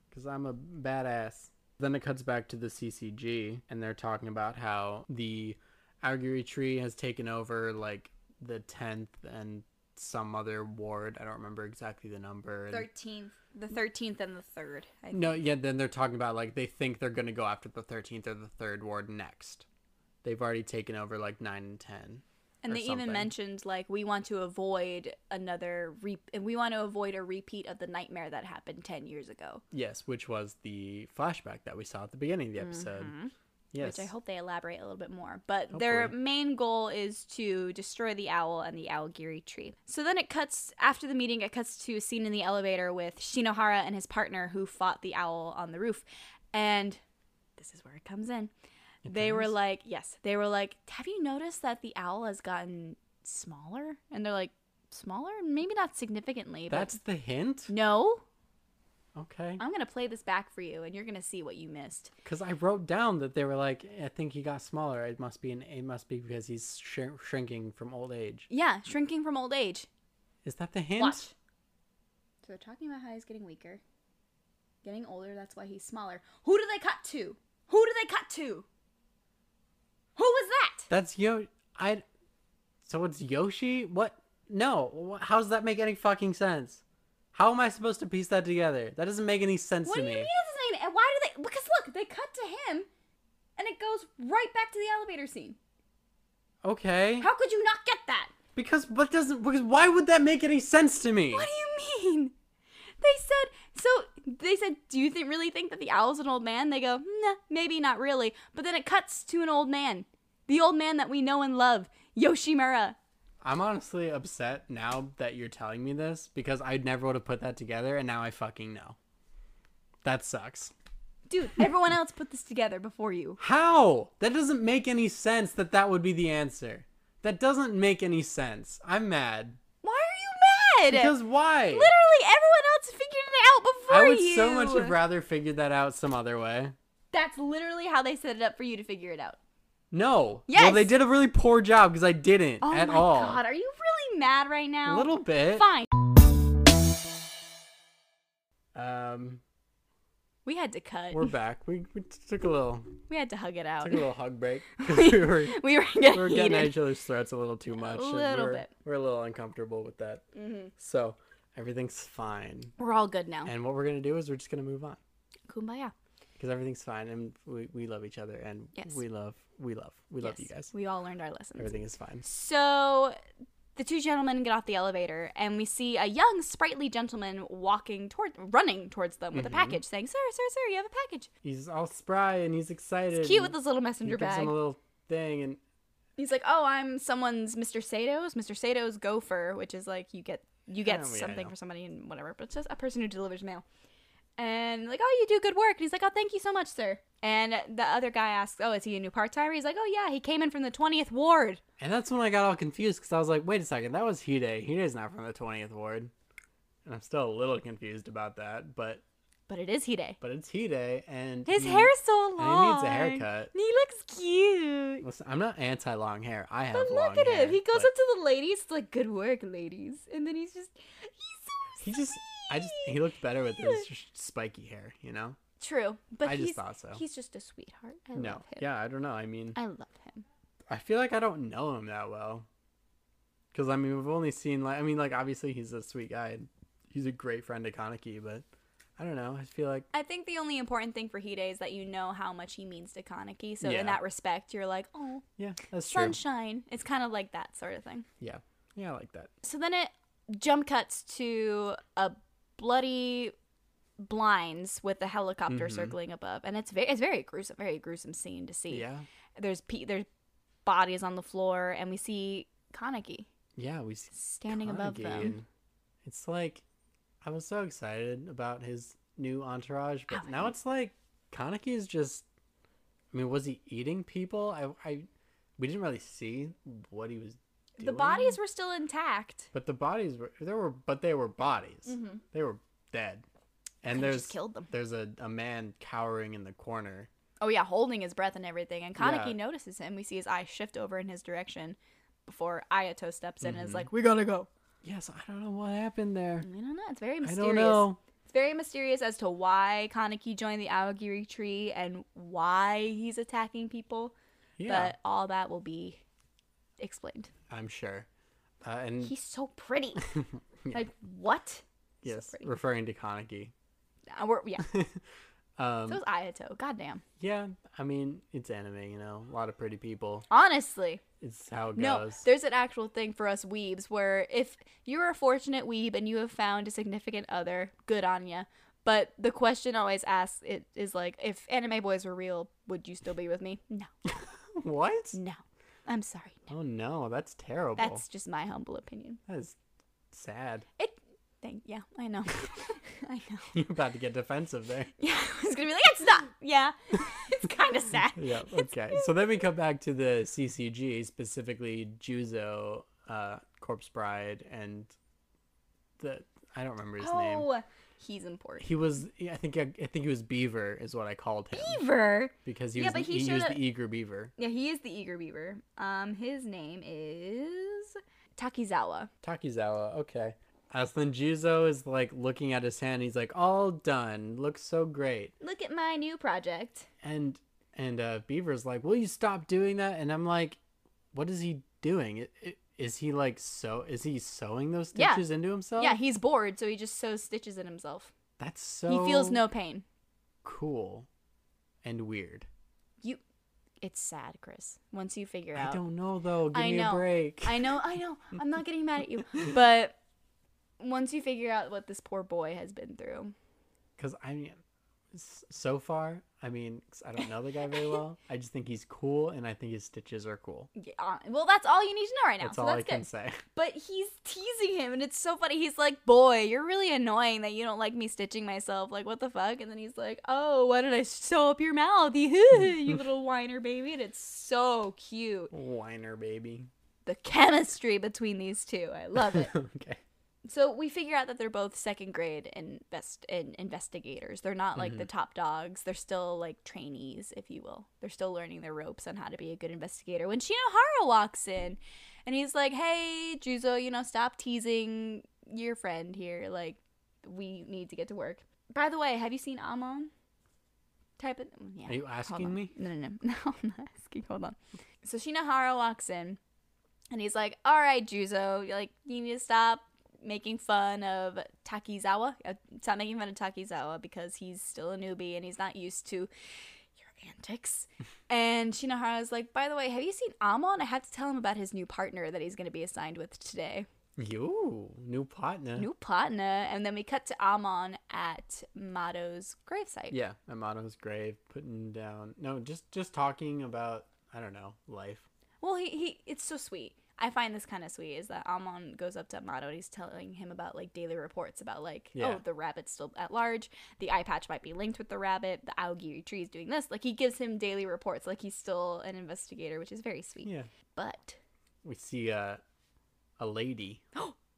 because I'm a badass. Then it cuts back to the CCG, and they're talking about how the Aguri tree has taken over like the tenth and some other ward. I don't remember exactly the number. and- 13th, the 13th and the 3rd. I no, yeah, then they're talking about like they think they're going to go after the 13th or the 3rd ward next. They've already taken over like 9 and 10. And or they something. even mentioned like we want to avoid another re- and we want to avoid a repeat of the nightmare that happened 10 years ago. Yes, which was the flashback that we saw at the beginning of the episode. Yes. which Mm-hmm. I hope they elaborate a little bit more. But their Hopefully. main goal is to destroy the owl and the owlgiri tree. So then it cuts after the meeting. It cuts to a scene in the elevator with Shinohara and his partner who fought the owl on the roof, and this is where it comes in. they were does? like, yes, they were like, have you noticed that the owl has gotten smaller? And they're like, smaller? Maybe not significantly, That's the hint? but no. Okay. I'm gonna play this back for you, and you're gonna see what you missed. Cuz I wrote down that they were like I think he got smaller. It must be an it must be because he's shr- shrinking from old age. Yeah, shrinking from old age. Is that the hint? Watch. So they're talking about how he's getting weaker, getting older. That's why he's smaller. Who do they cut to? Who do they cut to? Who was that? That's Yo I So it's Yoshi? What? No. Wh- How does that make any fucking sense? How am I supposed to piece that together? That doesn't make any sense What to do you me. mean his name? And why do they? Because look, they cut to him, and it goes right back to the elevator scene. Okay. How could you not get that? Because what doesn't because why would that make any sense to me? What do you mean? They said so. They said, "Do you think really think that the owl's an old man?" They go, nah, "Maybe not really." But then it cuts to an old man, the old man that we know and love, Yoshimura. I'm honestly upset now that you're telling me this because I never would have put that together and now I fucking know. That sucks. Dude, everyone else put this together before you. How? That doesn't make any sense that that would be the answer. That doesn't make any sense. I'm mad. Why are you mad? Because why? literally everyone else figured it out before I would you. so much have rather figured that out some other way. That's literally how they set it up for you to figure it out. No. Well, Yes. they did a really poor job because I didn't Oh at my all. god, are you really mad right A now? little bit. Fine. Um, We had to cut. we're back. We, we took a little We had to hug it out. took a little hug break 'cause we were we were getting, we were getting at heated. each other's throats a little too much. and little we're, bit. Mm-hmm. We're a little uncomfortable with that. So everything's fine. We're all good now. And what we're gonna do is we're just gonna move on Kumbaya. because everything's fine and we, we love each other and Yes. we love we love we love you Yes, guys. We all learned our lessons. Everything is fine. So the two gentlemen get off the elevator and we see a young sprightly gentleman walking toward running towards them with Mhm. a package saying sir sir sir you have a package He's all spry and he's excited. it's cute and with this little he messenger gives bag him a little thing, and he's like oh i'm someone's mr sato's mr sato's gopher which is like you get you get Oh, yeah, I something know. for somebody and whatever but it's just a person who delivers mail and like oh you do good work and he's like oh thank you so much sir and the other guy asks oh is he a new part-timer he's like oh yeah he came in from the 20th ward and that's when I got all confused because I was like, wait a second, that was Hide. Hide's not from the twentieth ward, and I'm still a little confused about that. But but it is hide but it's Hide, and his he- hair hair's so Hmm. and long he needs a haircut. And he looks cute. Listen, I'm not anti long hair. I have But long look at hair, him. He goes but up to the ladies, it's like, good work, ladies. And then he's just, he's so He just, I just, he sweet. looked better with his sh- spiky hair. You know. True. But I just he's, thought so. He's just a sweetheart. I no. love him. Yeah, I don't know. I mean, I love him. I feel like I don't know him that well. Because, I mean, we've only seen, like, I mean, like, obviously he's a sweet guy. And he's a great friend to Kaneki, but I don't know. I feel like, I think the only important thing for Hide is that you know how much he means to Kaneki. So Yeah. in that respect, you're like, oh, yeah, that's true. sunshine. It's kind of like that sort of thing. Yeah. Yeah, I like that. So then it jump cuts to a bloody blinds with a helicopter Mhm. circling above, and it's very it's very gruesome, very gruesome scene to see. Yeah. There's pe- there's bodies on the floor, and we see Kaneki Yeah, we see standing above Kaneki, them. and It's like, I was so excited about his new entourage, but Oh, now right. it's like Kaneki is just, I mean, was he eating people? I, I, we didn't really see what he was doing. The bodies were still intact. But the bodies were there were but they were bodies. Mhm. They were dead. And Could've there's just killed them. there's a, a man cowering in the corner. Oh yeah, holding his breath and everything. And Kaneki Yeah. notices him. We see his eyes shift over in his direction before Ayato steps in and Mhm. is like, "We gotta go." Yes, I don't know what happened there. I don't know. It's very I Mm, mysterious. don't know. It's very mysterious as to why Kaneki joined the Aogiri tree and why he's attacking people, Yeah, but all that will be explained. I'm sure. Uh, and He's so pretty. Yeah, Like what? So yes, pretty. referring to Kaneki. Uh, we're- yeah. Um, So is Ayato. Goddamn. yeah, I mean it's anime, you know, a lot of pretty people. Honestly, It's how it no. goes. There's an actual thing for us weebs where if you're a fortunate weeb and you have found a significant other, good on ya. But the question always asks it is like, if anime boys were real, would you still be with me? No, what? no. I'm sorry. No. Oh no, that's terrible. That's just my humble opinion. That is sad. It. Thank. Yeah, I know. I know. You're about to get defensive there. Yeah, I was gonna be like, it's not. Yeah, it's kind of sad. yeah okay so then we come back to the ccg specifically juzo uh corpse bride and the i don't remember his name Oh, he's important. he was i think I, I think he was beaver is what i called him Beaver. because he Yeah, was, but the, he he was should've- the eager beaver Yeah, he is the eager beaver. Um, his name is Takizawa. takizawa okay as then juzo is like looking at his hand he's like all done looks so great Look at my new project. and and uh beaver's like will you stop doing that and i'm like what is he doing I- i- Is he like so is he sewing those Yeah. stitches into himself Yeah, he's bored, so he just sews stitches in himself. That's so He feels no pain. cool and weird. You, it's sad, Chris. Once you figure I out, don't know though. Give I me know. a break. I know, I know. I'm not getting mad at you, but once you figure out what this poor boy has been through, Because I mean, s- so far, I mean, 'cause I don't know the guy very well. I just think he's cool, and I think his stitches are cool. yeah, uh, well, that's all you need to know right now. that's so all that's I can good. say. But he's teasing him, and it's so funny. He's like, "Boy, you're really annoying that you don't like me stitching myself. Like, what the fuck?" And then he's like, "Oh, why don't I sew up your mouth, you you little whiner baby?" And it's so cute. Whiner baby. The chemistry between these two, I love it. okay. so we figure out that they're both second grade invest in investigators. They're not like the top dogs. They're still like trainees, if you will. They're still learning their ropes on how to be a good investigator. When Shinohara walks in, and he's like, "Hey, Juzo, you know, stop teasing your friend here. Like, we need to get to work." By the way, have you seen Amon? Type it. Yeah. Are you Hold asking on. me? No, no, no. No, I'm not asking. Hold on. So Shinohara walks in and he's like, All right, Juzo, like, you need to stop making fun of Takizawa. Uh, Stop making fun of Takizawa because he's still a newbie and he's not used to your antics. and Shinohara's like, by the way, have you seen Amon? I had to tell him about his new partner that he's going to be assigned with today. You new partner. New partner. And then we cut to Amon at Mato's gravesite. Yeah, Amato's grave, putting down. No, just just talking about I don't know life. Well, he, he it's so sweet. I find this kind of sweet is that Amon goes up to Amato and he's telling him about like daily reports about like Yeah. oh the rabbit's still at large, the eye patch might be linked with the rabbit, the aogiri tree is doing this. Like he gives him daily reports like he's still an investigator, which is very sweet. Yeah, But we see a a lady,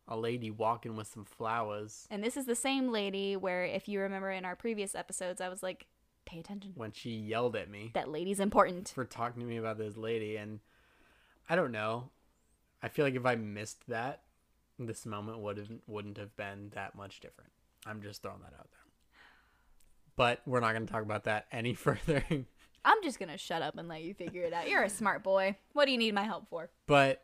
a lady walking with some flowers. and this is the same lady where if you remember in our previous episodes I was like pay attention. When she yelled at me That lady's important. for talking to me about this lady, and I don't know. I feel like if I missed that, this moment wouldn't wouldn't have been that much different. I'm just throwing that out there. But we're not going to talk about that any further. I'm just going to shut up and let you figure it out. You're a smart boy. What do you need my help for? But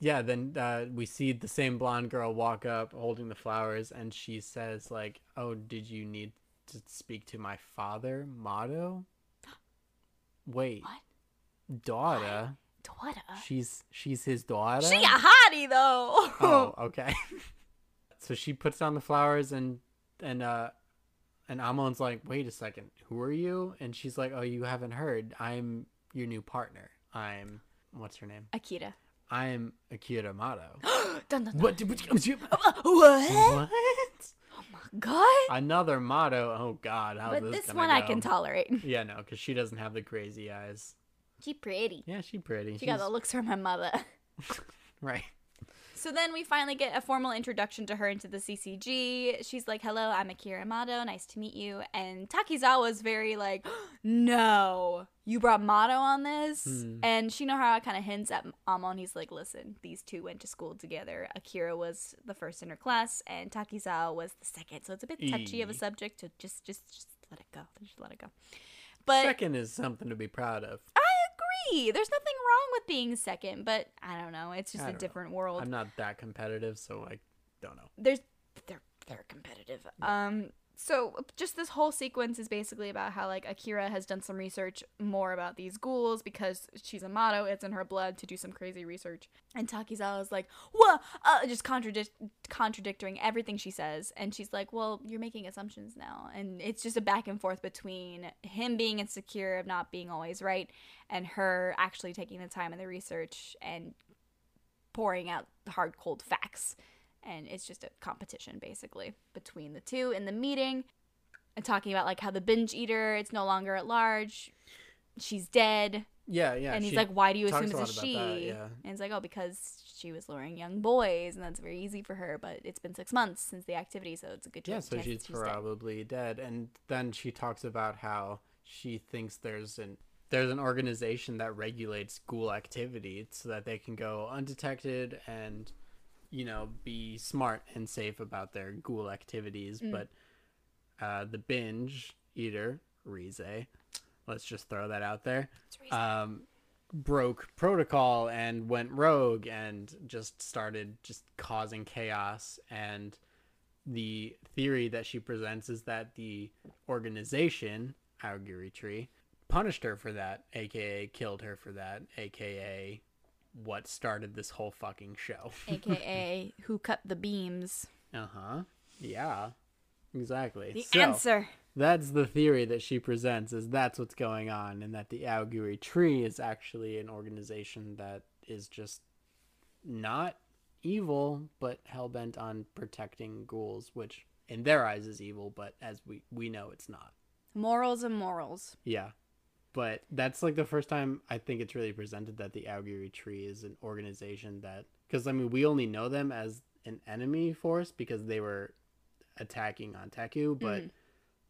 yeah, then uh, we see the same blonde girl walk up holding the flowers, and she says like, "Oh, did you need to speak to my father, Motto?" Wait, daughter? What? What? She's she's his daughter. She uh, a hottie though. oh, okay. so she puts down the flowers, and and uh, and Amon's like, "Wait a second, who are you?" And she's like, "Oh, you haven't heard. I'm your new partner. I'm what's her name? Akita. I'm Akira Motto." dun, dun, dun. What? did- what- What? what? God. Another motto. Oh God, how's But this, this gonna one I can go? tolerate. Yeah, no, because she doesn't have the crazy eyes. She pretty. Yeah, she pretty. She got She's- the looks from her mother. right. So then we finally get a formal introduction to her into the CCG. She's like, "Hello, I'm Akira Mato. Nice to meet you." And Takizawa's very like, "No, you brought Mato on this." Hmm. And Shinohara kind of hints at Amon. He's like, "Listen, these two went to school together. Akira was the first in her class, and Takizawa was the second. So it's a bit touchy of a Eee. subject. So just, just, just let it go. Just let it go." But Second is something to be proud of. agree. There's nothing wrong with being second, but I don't know. It's just I a don't know. different world. I'm not that competitive, so I don't know. There's they're they're competitive. Um so just this whole sequence is basically about how like Akira has done some research more about these ghouls because she's a motto, it's in her blood to do some crazy research. And Takizawa is like, "Whoa!" Uh, just contradict contradicting everything she says, and she's like, "Well, you're making assumptions now." And it's just a back and forth between him being insecure of not being always right, and her actually taking the time and the research and pouring out the hard cold facts and it's just a competition basically between the two in the meeting and talking about like how the binge eater it's no longer at large she's dead Yeah, yeah. and he's she- like why do you assume talks a it's a lot she about that, yeah. and it's like oh because she was luring young boys and that's very easy for her but it's been six months since the activity so it's a good yeah, chance so chance she's that dead. probably dead. And then she talks about how she thinks there's an there's an organization that regulates school activity so that they can go undetected and you know be smart and safe about their ghoul activities Mm. but uh, the binge eater rize let's just throw that out there It's reason- um, broke protocol and went rogue and just started just causing chaos and the theory that she presents is that the organization Aogiri Tree punished her for that aka killed her for that aka what started this whole fucking show aka who cut the beams uh-huh yeah exactly the So- answer that's the theory that she presents is that's what's going on and that the Aoguri tree is actually an organization that is just not evil but hell-bent on protecting ghouls which in their eyes is evil but as we we know it's not morals and morals yeah but that's like the first time i think it's really presented that the Aoguri tree is an organization that because i mean we only know them as an enemy force because they were attacking on Teku, but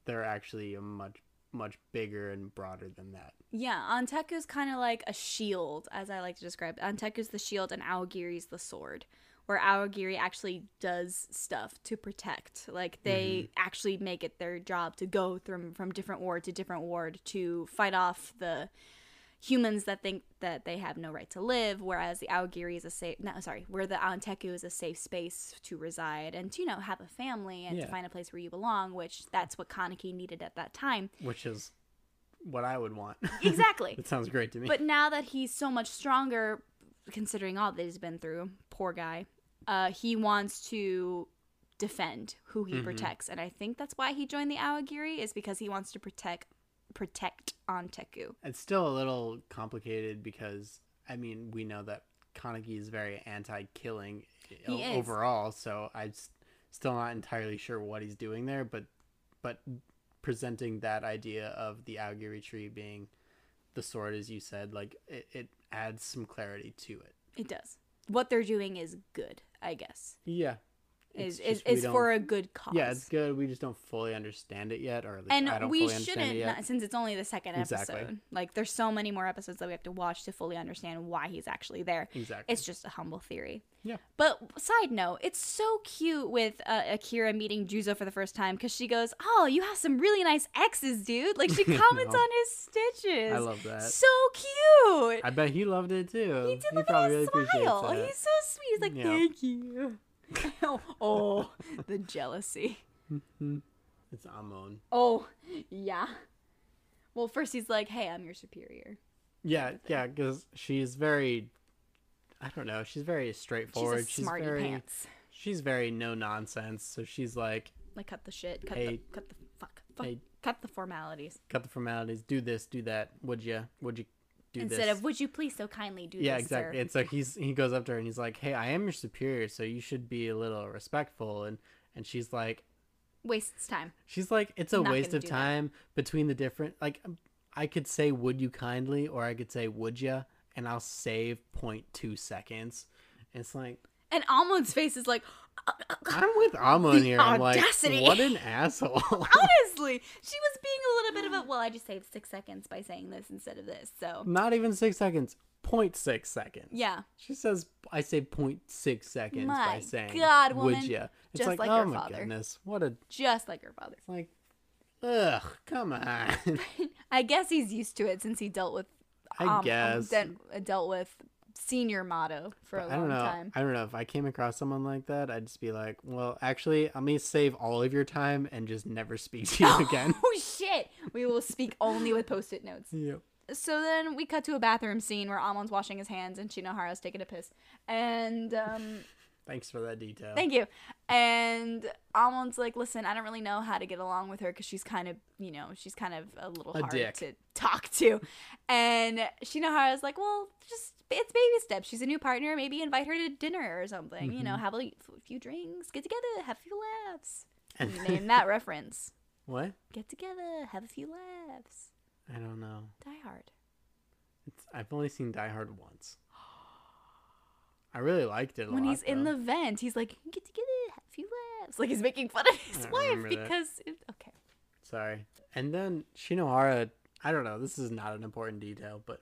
they're actually a much much bigger and broader than that. Yeah, Anteku's kind of like a shield, as I like to describe. it. Anteku's the shield and Aogiri's the sword, where Aogiri actually does stuff to protect. Like they actually make it their job to go from from different ward to different ward to fight off the humans that think that they have no right to live whereas the Aogiri is a safe no sorry where the Anteku is a safe space to reside and to you know have a family and Yeah. to find a place where you belong which that's what Kaneki needed at that time Which is what I would want. Exactly. it sounds great to me. But now that he's so much stronger, considering all that he's been through, poor guy, uh, he wants to defend who he Mhm. protects, and I think that's why he joined the Awagiri is because he wants to protect protect Anteku. it's still a little complicated because I mean we know that Kaneki is very anti-killing o- He is. overall, so I'm s- still not entirely sure what he's doing there. But but presenting that idea of the Aogiri tree being the sword, as you said, like it, it adds some clarity to it. It does. What they're doing is good, I guess. Yeah, It's Is is, just we is don't- for a good cause. yeah, it's good. We just don't fully understand it yet, or at least I and don't we fully understand shouldn't it yet. not, since it's only the second Exactly. episode like there's so many more episodes that we have to watch to fully understand why he's actually there Exactly. it's just a humble theory Yeah. but side note it's so cute with uh, akira meeting juzo for the first time because she goes oh you have some really nice exes dude like she comments No. on his stitches I love that. so cute I bet he loved it too. he did look at probably his appreciates smile that. he's so sweet he's like Yeah. thank you oh the jealousy It's Amon. Oh, yeah. Well, first he's like, "Hey, I'm your superior." Yeah, yeah, because she's very, I don't know, she's very straightforward. She's a smarty very, pants. She's very no nonsense. So she's like, Like, cut the shit. Cut the Hey. cut the fuck. fuck Hey. Cut the formalities. cut the formalities, do this, do that. Would you? Would you do Instead this? of, "Would you please so kindly do yeah, this?" exactly. Sir? And so he's he goes up to her and he's like, "Hey, I am your superior, so you should be a little respectful." And and she's like, Wastes time. She's like, it's a Not gonna waste of do that. time between the different. Like, um, I could say, would you kindly, or I could say, would ya, and I'll save 0.2 seconds. And it's like, And Almond's face is like, "Uh, I'm with Amon here. I'm like, audacity. what an asshole. honestly, she was being a little bit of a. Well, I just saved six seconds by saying this instead of this. So Not even six seconds, 0.6 seconds. yeah, She says, I say 0.6 seconds My by saying, God, would woman. ya? It's Just like, like oh your my father." goodness. What a, just like her father. it's like, ugh, come on. I guess he's used to it since he dealt with. I Um, guess. de- dealt with senior motto for a I long don't know. time. I don't know if I came across someone like that, I'd just be like, "Well, actually, let me save all of your time and just never speak to you again." Oh shit! We will speak only with post-it notes. yep. So then we cut to a bathroom scene where Amon's washing his hands and Shinohara's taking a piss. And um, Thanks for that detail. thank you. And Amon's like, "Listen, I don't really know how to get along with her because she's kind of, you know, she's kind of a little A hard dick. to talk to." And Shinohara's like, "Well, just it's baby steps. She's a new partner. Maybe invite her to dinner or something. You know, Mm-hmm. have a few drinks, get together, have a few laughs. Name that reference. what? Get together, have a few laughs." I don't know. Die Hard. It's, I've only seen Die Hard once. I really liked it a When lot. he's in though. the vent, he's like, "Get together, have a few laughs." Like he's making fun of his I wife remember that. because it, okay, Sorry. And then Shinohara. I don't know. This is not an important detail, but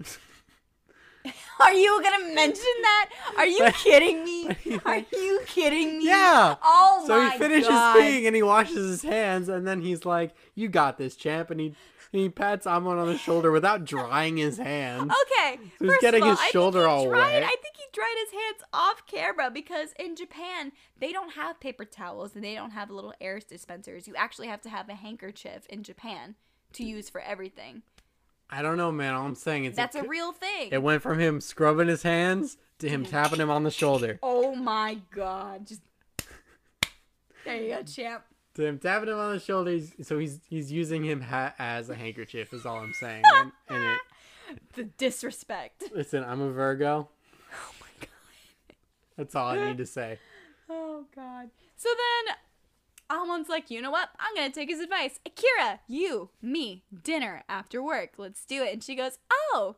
are you gonna mention that? Are you kidding me? Are you kidding me? yeah. Oh So my he finishes god. peeing and he washes his hands, and then he's like, "You got this, champ!" And he and he pats Amon on the shoulder without drying his hands. Okay. So he's first getting of all, his shoulder I think he all dried, wet. I think he dried his hands off camera because in Japan they don't have paper towels and they don't have little air dispensers. You actually have to have a handkerchief in Japan to use for everything. I don't know, man. All I'm saying is That's it, a real thing. it went from him scrubbing his hands to him tapping him on the shoulder, Oh my god. Just There you go, champ. to him tapping him on the shoulder. he's- So he's he's using him ha- as a handkerchief. Is all I'm saying. And, and it, The disrespect. listen, I'm a Virgo. Oh my god. That's all I need to say. Oh god. So then Almond's like, you know what? I'm gonna take his advice. Akira, you, me, dinner after work. Let's do it. And she goes, Oh,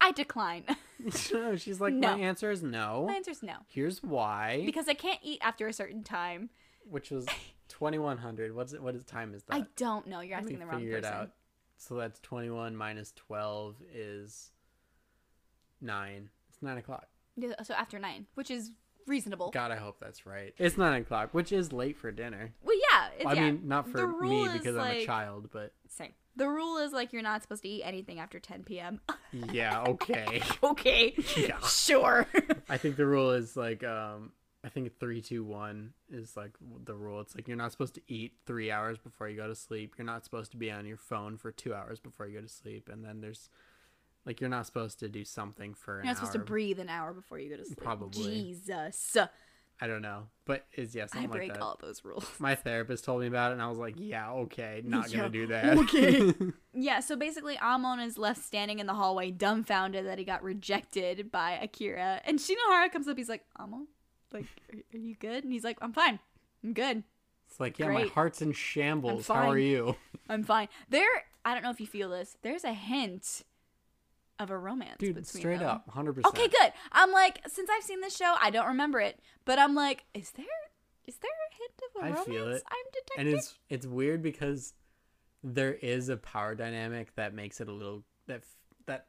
I decline. So She's like, No. my answer is My no. answer's no. Here's why. Because I can't eat after a certain time. Which was 2100. What's it? What is time is that? I don't know. You're asking the wrong person. So that's 21 minus 12 is nine. It's nine o'clock. Yeah, So after nine, which is reasonable. God, I hope that's right. It's nine o'clock, which is late for dinner. Well, yeah. It's, I yeah. mean, not The for rule me is, because I'm a like- child, but Same. The rule is like you're not supposed to eat anything after 10 p.m. yeah, okay. okay. Yeah. Sure. I think the rule is like um I think three, two, one is like the rule. It's like you're not supposed to eat three hours before you go to sleep. You're not supposed to be on your phone for two hours before you go to sleep. And then there's like you're not supposed to do something for You're an not supposed to hour. breathe an hour before you go to sleep. Probably. Jesus. I don't know, but is yeah, I something break like that. all those rules. My therapist told me about it, and I was like, yeah, okay, not Yeah, gonna do that. okay. Yeah, so basically, Amon is left standing in the hallway, dumbfounded that he got rejected by Akira. And Shinohara comes up. He's like, Amon, like, are, are you good? And he's like, I'm fine. I'm good. it's like yeah, my Great. heart's in shambles. How are fine. you? I'm fine. There, I don't know if you feel this. There's a hint of a romance Dude, between straight them. up, hundred percent. Okay, good. I'm like, since I've seen this show, I don't remember it, but I'm like, is there, is there a hint I of a feel romance? it. I'm detecting. and it's it's weird because there is a power dynamic that makes it a little that f- that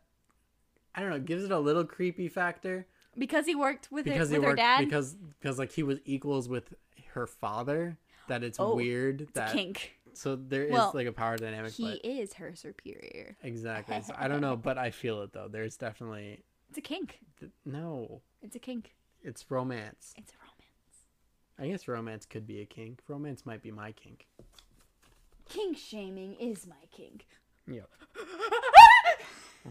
I don't know gives it a little creepy factor because he worked with because he her, with her worked dad. because because like he was equals with her father that it's Oh, weird it's a that kink. so there is Well, like a power dynamic He but is her superior. exactly so I don't know but I feel it though there's definitely It's a kink. th- no It's a kink. it's romance It's a romance. I guess romance could be a kink romance might be my kink Kink shaming is my kink. yeah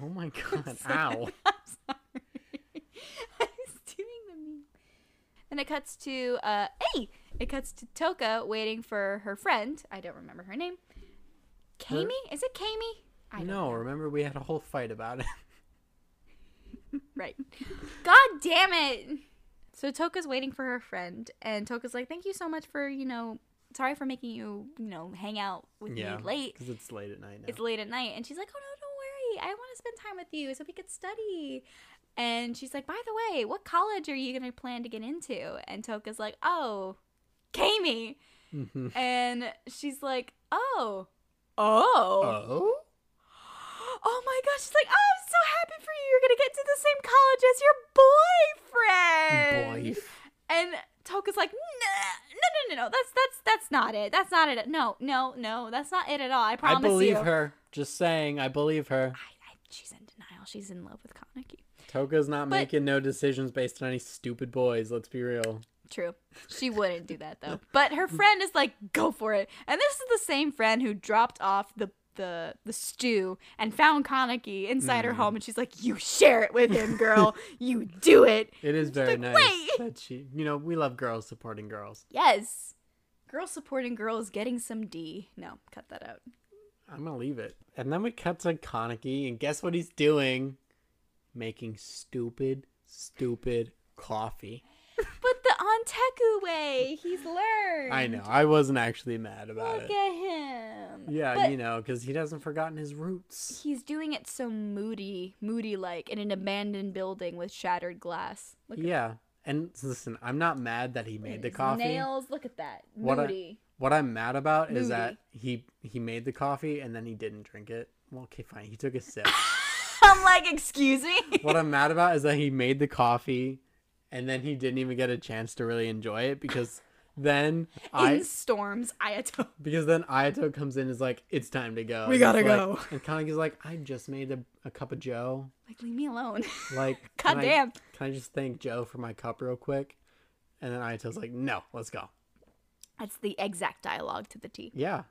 oh my god ow I'm sorry. I was doing the meme. Then it cuts to uh hey, it cuts to Toka waiting for her friend. I don't remember her name. Kami? Is it Kami? I don't no know. remember we had a whole fight about it. Right. God damn it. So Toka's waiting for her friend, and Toka's like, "Thank you so much for you know, sorry for making you you know hang out with Yeah, me late. because it's late at night now. it's late at night and she's like oh no don't worry i want to spend time with you so we could study and she's like by the way what college are you going to plan to get into and toka's like oh kami Mhm. and she's like oh oh Oh, oh my gosh she's like oh i'm so happy for you you're going to get to the same college as your boyfriend boy. and Toka's like, nah, no, no, no, no, that's that's that's not it. That's not it. No, no, no, that's not it at all. I I promise believe you. her. Just saying, I believe her. I, I, she's in denial. She's in love with Kaneki. Toka's not But- making no decisions based on any stupid boys. Let's be real. True. She wouldn't do that though. But her friend is like, go for it. And this is the same friend who dropped off the the the stew and found Kaneki inside Mm. her home and she's like, You share it with him, girl. you do it. It is very like, nice "Wait." that she. You know, we love girls supporting girls. Yes. Girl supporting girls getting some D. No, cut that out. I'm gonna leave it. And then we cut to Kaneki, and guess what he's doing? Making stupid, stupid coffee. But the Onteku way, he's learned. I know. I wasn't actually mad about Look it. at him. Yeah, But- you know, because he hasn't forgotten his roots. he's doing it so moody, moody like in an abandoned building with shattered glass. Look at Yeah. And listen, I'm not mad that he made the his coffee. Nails, look at that. What I- moody. What I'm mad about is Moody. that he he made the coffee and then he didn't drink it. Well, okay, fine. He took a sip. I'm like, excuse me. what I'm mad about is that he made the coffee and then he didn't even get a chance to really enjoy it because then I in storms, Ayato. because then Ayato comes in and is like, "It's time to go." We And gotta it's go. Like, and Kaneki's like, "I just made a, a cup of Joe. Like, leave me alone. Like, God can I- damn. can I just thank Joe for my cup real quick?" And then Ayato's like, "No, let's go." That's the exact dialogue to the T. Yeah,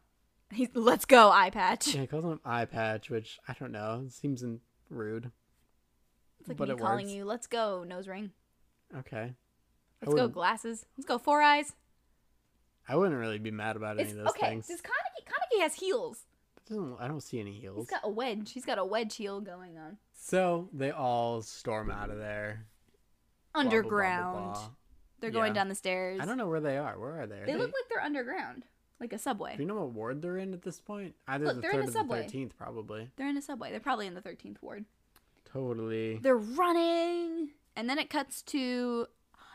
He's, let's go, eye patch. yeah. He calls him an eye patch, which I don't know. It seems in- rude. It's like but me it calling works. you, let's go, nose ring. Okay. Let's go, wouldn't- glasses. Let's go, four eyes. I wouldn't really be mad about any It's of those okay. things. Does Kaneki, Kaneki has heels. It doesn't- I don't see any heels. He's got a wedge. He's got a wedge heel going on. so they all storm out of there. blah, blah, blah, blah, Underground. blah. They're going Yeah. down the stairs. I don't know where they are. Where are they? Are They look like they're underground, like a subway. Do you know what ward they're in at this point? Either Look, the they're in third or a the subway. thirteenth, probably. They're in a subway. They're probably in the 13th ward. Totally. They're running. And then it cuts to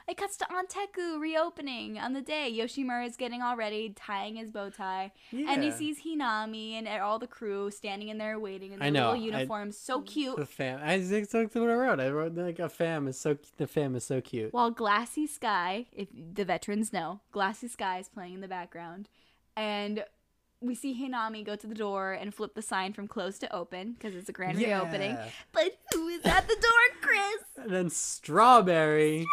it cuts to Onteku reopening on the day. Yoshimura is getting all ready, tying his bow tie, and he Yeah. sees Hinami and all the crew standing in there waiting in I their know, little I- uniforms, so cute. the fam. I that's what I wrote. I wrote like a fam is so the fam is so cute. While Glassy Sky, if the veterans know, Glassy Sky is playing in the background. And we see Hinami go to the door and flip the sign from closed to open because it's a grand reopening. Yeah. But who is at the door, Chris? And then strawberry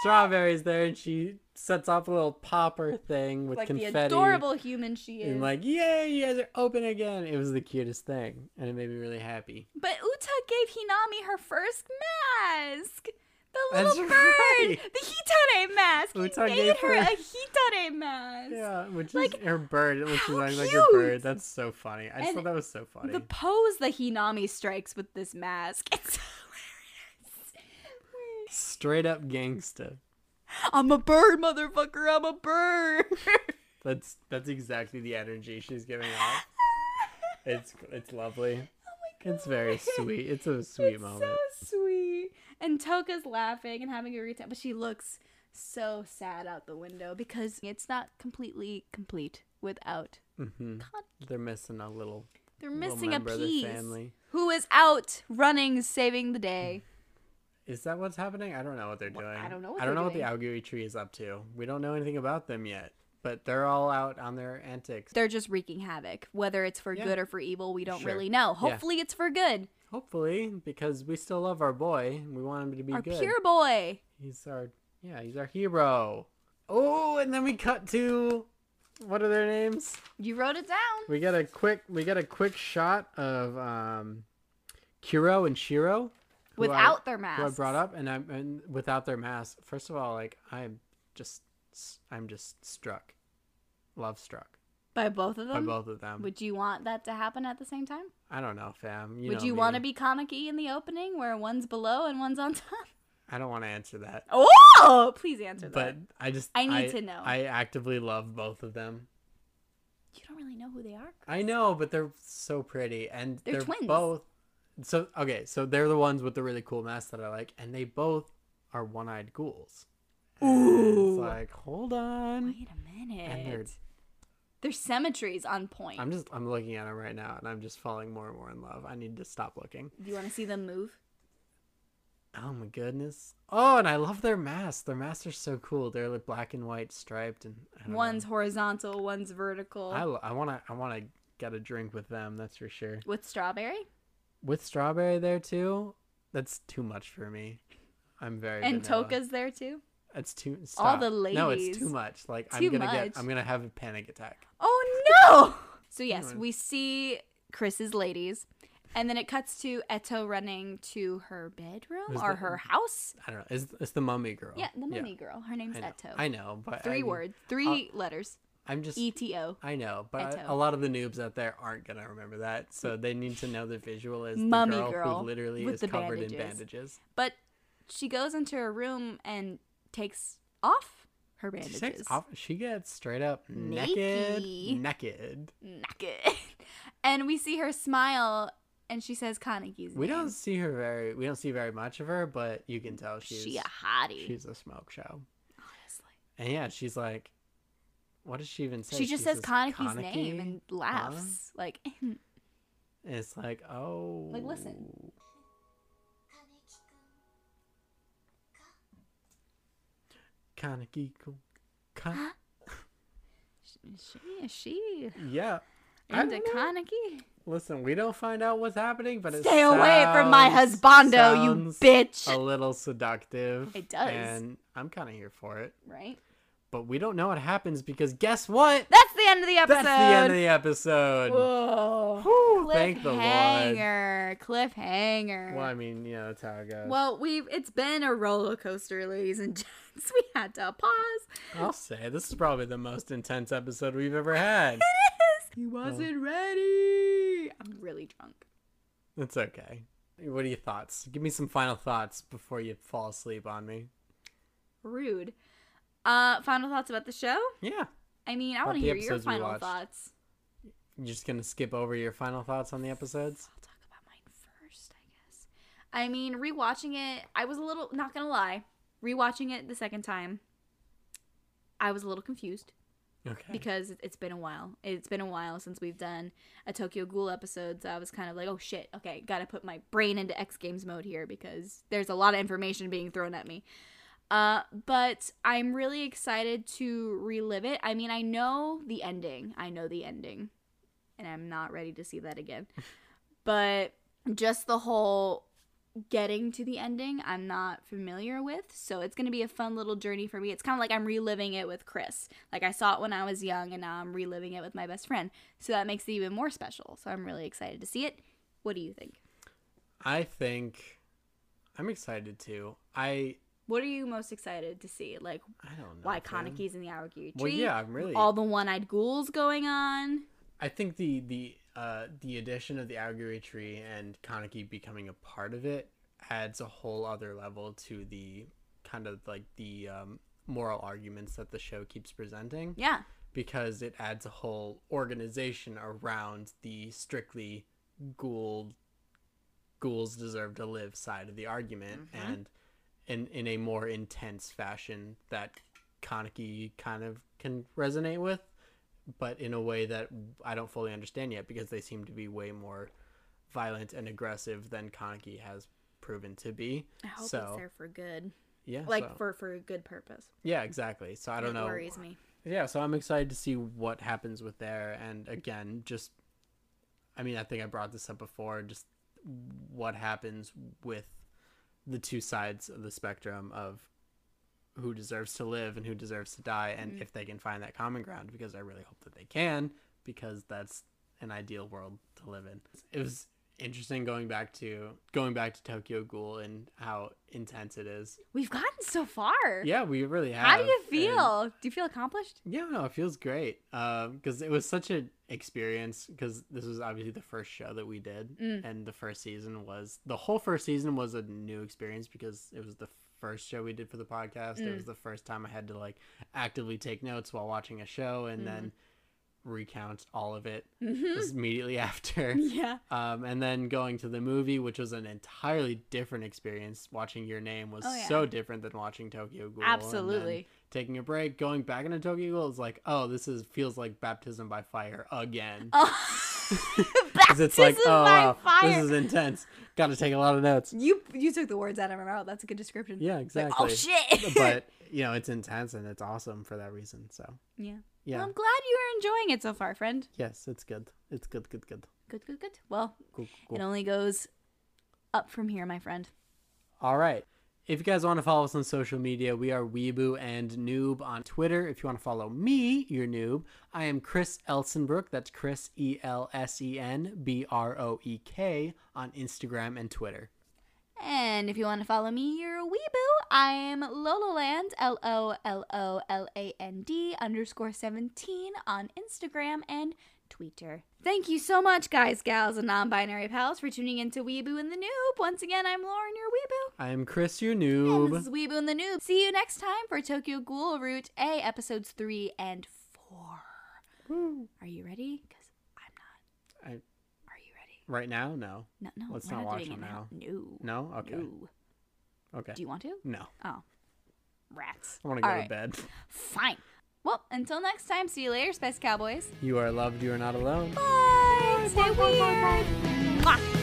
strawberries there, and she sets off a little popper thing with like confetti. the adorable human she is. and like, yay, you guys are open again. It was the cutest thing, and it made me really happy. but Uta gave Hinami her first mask. The That's little bird, right. the Hitare mask. Uta he gave made her her- a Hitare mask. Yeah, which Like, is her bird. It looks how like, like a cute! bird. That's so funny. I just And thought that was so funny. The pose that Hinami strikes with this mask. It's hilarious. Straight up gangsta. I'm a bird, motherfucker. I'm a bird. That's that's exactly the energy she's giving off. It's it's lovely. Oh my It's very God. sweet. It's a sweet it's moment. so sweet. And Toka's laughing and having a great time, but she looks so sad out the window because it's not completely complete without. hmm They're missing a little They're little missing a member of their piece. family. Who is out running, saving the day? Is that what's happening? I don't know what they're doing. I don't know what I don't they're know what the Aogiri tree is up to. We don't know anything about them yet. But they're all out on their antics. They're just wreaking havoc. Whether it's for Yeah. good or for evil, we don't Sure. really know. Hopefully, it's for good. Hopefully, because we still love our boy. and We want him to be Our good. pure boy. He's our yeah, he's our hero. Oh, and then we cut to what are their names? You wrote it down. We get a quick we get a quick shot of um Kiro and Shiro who I- Without their who I mask. brought up and I'm and without their mask. First of all, like I'm just I'm just struck. Love struck By both of by them? both of them. Would you want that to happen at the same time? I don't know, fam. You Would know you me. want to be Kaneki in the opening where one's below and one's on top? I don't want to answer that. Oh, please answer But that. I just I need to know. I actively love both of them. You don't really know who they are. I know, but they're so pretty, and They're they're, twins. both. So okay, so they're the ones with the really cool masks that I like, and they both are one-eyed ghouls. And Ooh. it's like hold on. Wait a minute. And they're, Their symmetry's on point. I'm just I'm looking at them right now, and I'm just falling more and more in love. I need to stop looking. Do you want to see them move? Oh my goodness. Oh, and I love their masks. Their masks are so cool. They're like black and white striped, and I don't know. One's horizontal, one's vertical. I lo- I want to I want to get a drink with them. That's for sure. With strawberry with strawberry there too that's too much for me i'm very and vanilla. Toka's there too. it's too stop. the no ladies. it's too much like Too i'm gonna much. get i'm gonna have a panic attack Oh no! So yes, Anyway. we see Chris's ladies, and then it cuts to Eto running to her bedroom Who's or the- her house. i don't know it's, it's the mummy girl Yeah, the mummy girl. Her name's I know, Eto. I know but Three I, words, three letters. i'm just E T O. i know but I- Eto. a lot of the noobs out there aren't gonna remember that so they need to know the visual is the Mummy girl, girl who literally with is the covered in bandages. bandages But she goes into her room and takes off her she, bandages. takes off, she gets straight up Nakey. naked naked Naked. and we see her smile, and she says Kaneki's we name. don't see her very we don't see very much of her but you can tell she's She a hottie. She's a smoke show. honestly. And yeah, she's like, what does she even say? She just says Kaneki's name "Kaneki?" and laughs. Like, And it's like, oh. Like, listen. Kaneki. Kan- Huh? she, she. yeah. I Into don't know. Kaneki. Listen, we don't find out what's happening, but it Stay away from my sounds- husbando, you sounds bitch. A little seductive. It does. And I'm kind of here for it. Right? But we don't know what happens because guess what? That's the end of the episode. That's the end of the episode. Whoa. Whew, thank the Lord. Cliffhanger. Cliffhanger. Well, I mean, yeah, that's how it goes. Well, we've it's been a roller coaster, ladies and gents. We had to pause. I'll say this is probably the most intense episode we've ever had. He wasn't ready. I'm really drunk. It's okay. What are your thoughts? Give me some final thoughts before you fall asleep on me. Rude. Uh, final thoughts about the show? Yeah. I mean, I About want to the hear your episodes we final watched. thoughts. You're just going to skip over your final thoughts on the episodes? I'll talk about mine first, I guess. I mean, rewatching it, I was a little not gonna lie. Rewatching it the second time, I was a little confused. Okay. because it- it's been a while. It's been a while since we've done a Tokyo Ghoul episode, so I was kind of like, oh shit, okay, gotta put my brain into X Games mode here because there's a lot of information being thrown at me. Uh, but I'm really excited to relive it. I mean, I know the ending. I know the ending, and I'm not ready to see that again. but just the whole getting to the ending I'm not familiar with. So it's going to be a fun little journey for me. It's kind of like I'm reliving it with Chris. Like I saw it when I was young and now I'm reliving it with my best friend. So that makes it even more special. So I'm really excited to see it. What do you think? I think I'm excited too. I What are you most excited to see? Like I don't know. why man. Kaneki's in the Aokiri tree? Well, yeah, I'm really. All the one-eyed ghouls going on. I think the the uh the addition of the Aoguri tree and Kaneki becoming a part of it adds a whole other level to the kind of like the um, moral arguments that the show keeps presenting Yeah. because it adds a whole organization around the strictly ghoul ghouls deserve to live side of the argument Mhm. and in in a more intense fashion that Kaneki kind of can resonate with but in a way that I don't fully understand yet because they seem to be way more violent and aggressive than Kaneki has proven to be. I hope So- it's there for good. Yeah. Like so- for for a good purpose. yeah, exactly. So I don't it know. worries me. Yeah, so I'm excited to see what happens with there. And again, just, I mean, I think I brought this up before, just what happens with the two sides of the spectrum of who deserves to live and who deserves to die, and Mm-hmm. if they can find that common ground, because I really hope that they can, because that's an ideal world to live in. It was interesting going back to going back to Tokyo Ghoul and how intense it is. We've gotten so far. Yeah, we really have. How do you and- feel? Do you feel accomplished? yeah, no, it feels great. Um, because it was such an experience. Because this was obviously the first show that we did, Mm. and the first season was the whole first season was a new experience because it was the first show we did for the podcast. It Mm. was the first time I had to like actively take notes while watching a show Mm. and then recount all of it Mhm. just immediately after. Yeah. Um, and then going to the movie, which was an entirely different experience. Watching Your Name was Oh, yeah. so different than watching Tokyo Ghoul. and then Absolutely. taking a break, going back into Tokyo Ghoul is like, oh, this is feels like baptism by fire again. Oh. 'Cause it's like, Baptism oh by wow, fire. this is intense. Got to take a lot of notes. You you took the words out of my mouth. That's a good description. Yeah, It's like, oh exactly. shit. but you know, it's intense and it's awesome for that reason. So yeah. yeah, Well, I'm glad you are enjoying it so far, friend. yes, it's good. It's good, good, good. Good, good, good. Well, Cool, it cool. only goes up from here, my friend. All right. If you guys want to follow us on social media, we are Weeboo and Noob on Twitter. If you want to follow me, you're Noob. I am Chris Elsenbrook. That's Chris E L S E N B R O E K on Instagram and Twitter. And if you want to follow me, you're a weeboo. I am Lololand, L O L O L A N D underscore 17 on Instagram and Twitter. Thank you so much, guys, gals, and non binary pals, for tuning in to Weeboo and the Noob. Once again, I'm Lauren, your weeboo. I am Chris, your And this noob. is Weeboo and the Noob. See you next time for Tokyo Ghoul Route A, episodes three and four. Are you ready? Because I'm not. I- Are you ready? Right now? No. No, no. Let's we're not not watch doing it it now. No. No? Okay. No. Okay. Do you want to? No. Oh, rats. I want to go All to right. bed. Fine. Well, until next time. See you later, Space Cowboys. You are loved. You are not alone. Bye. Stay weird. Mwah.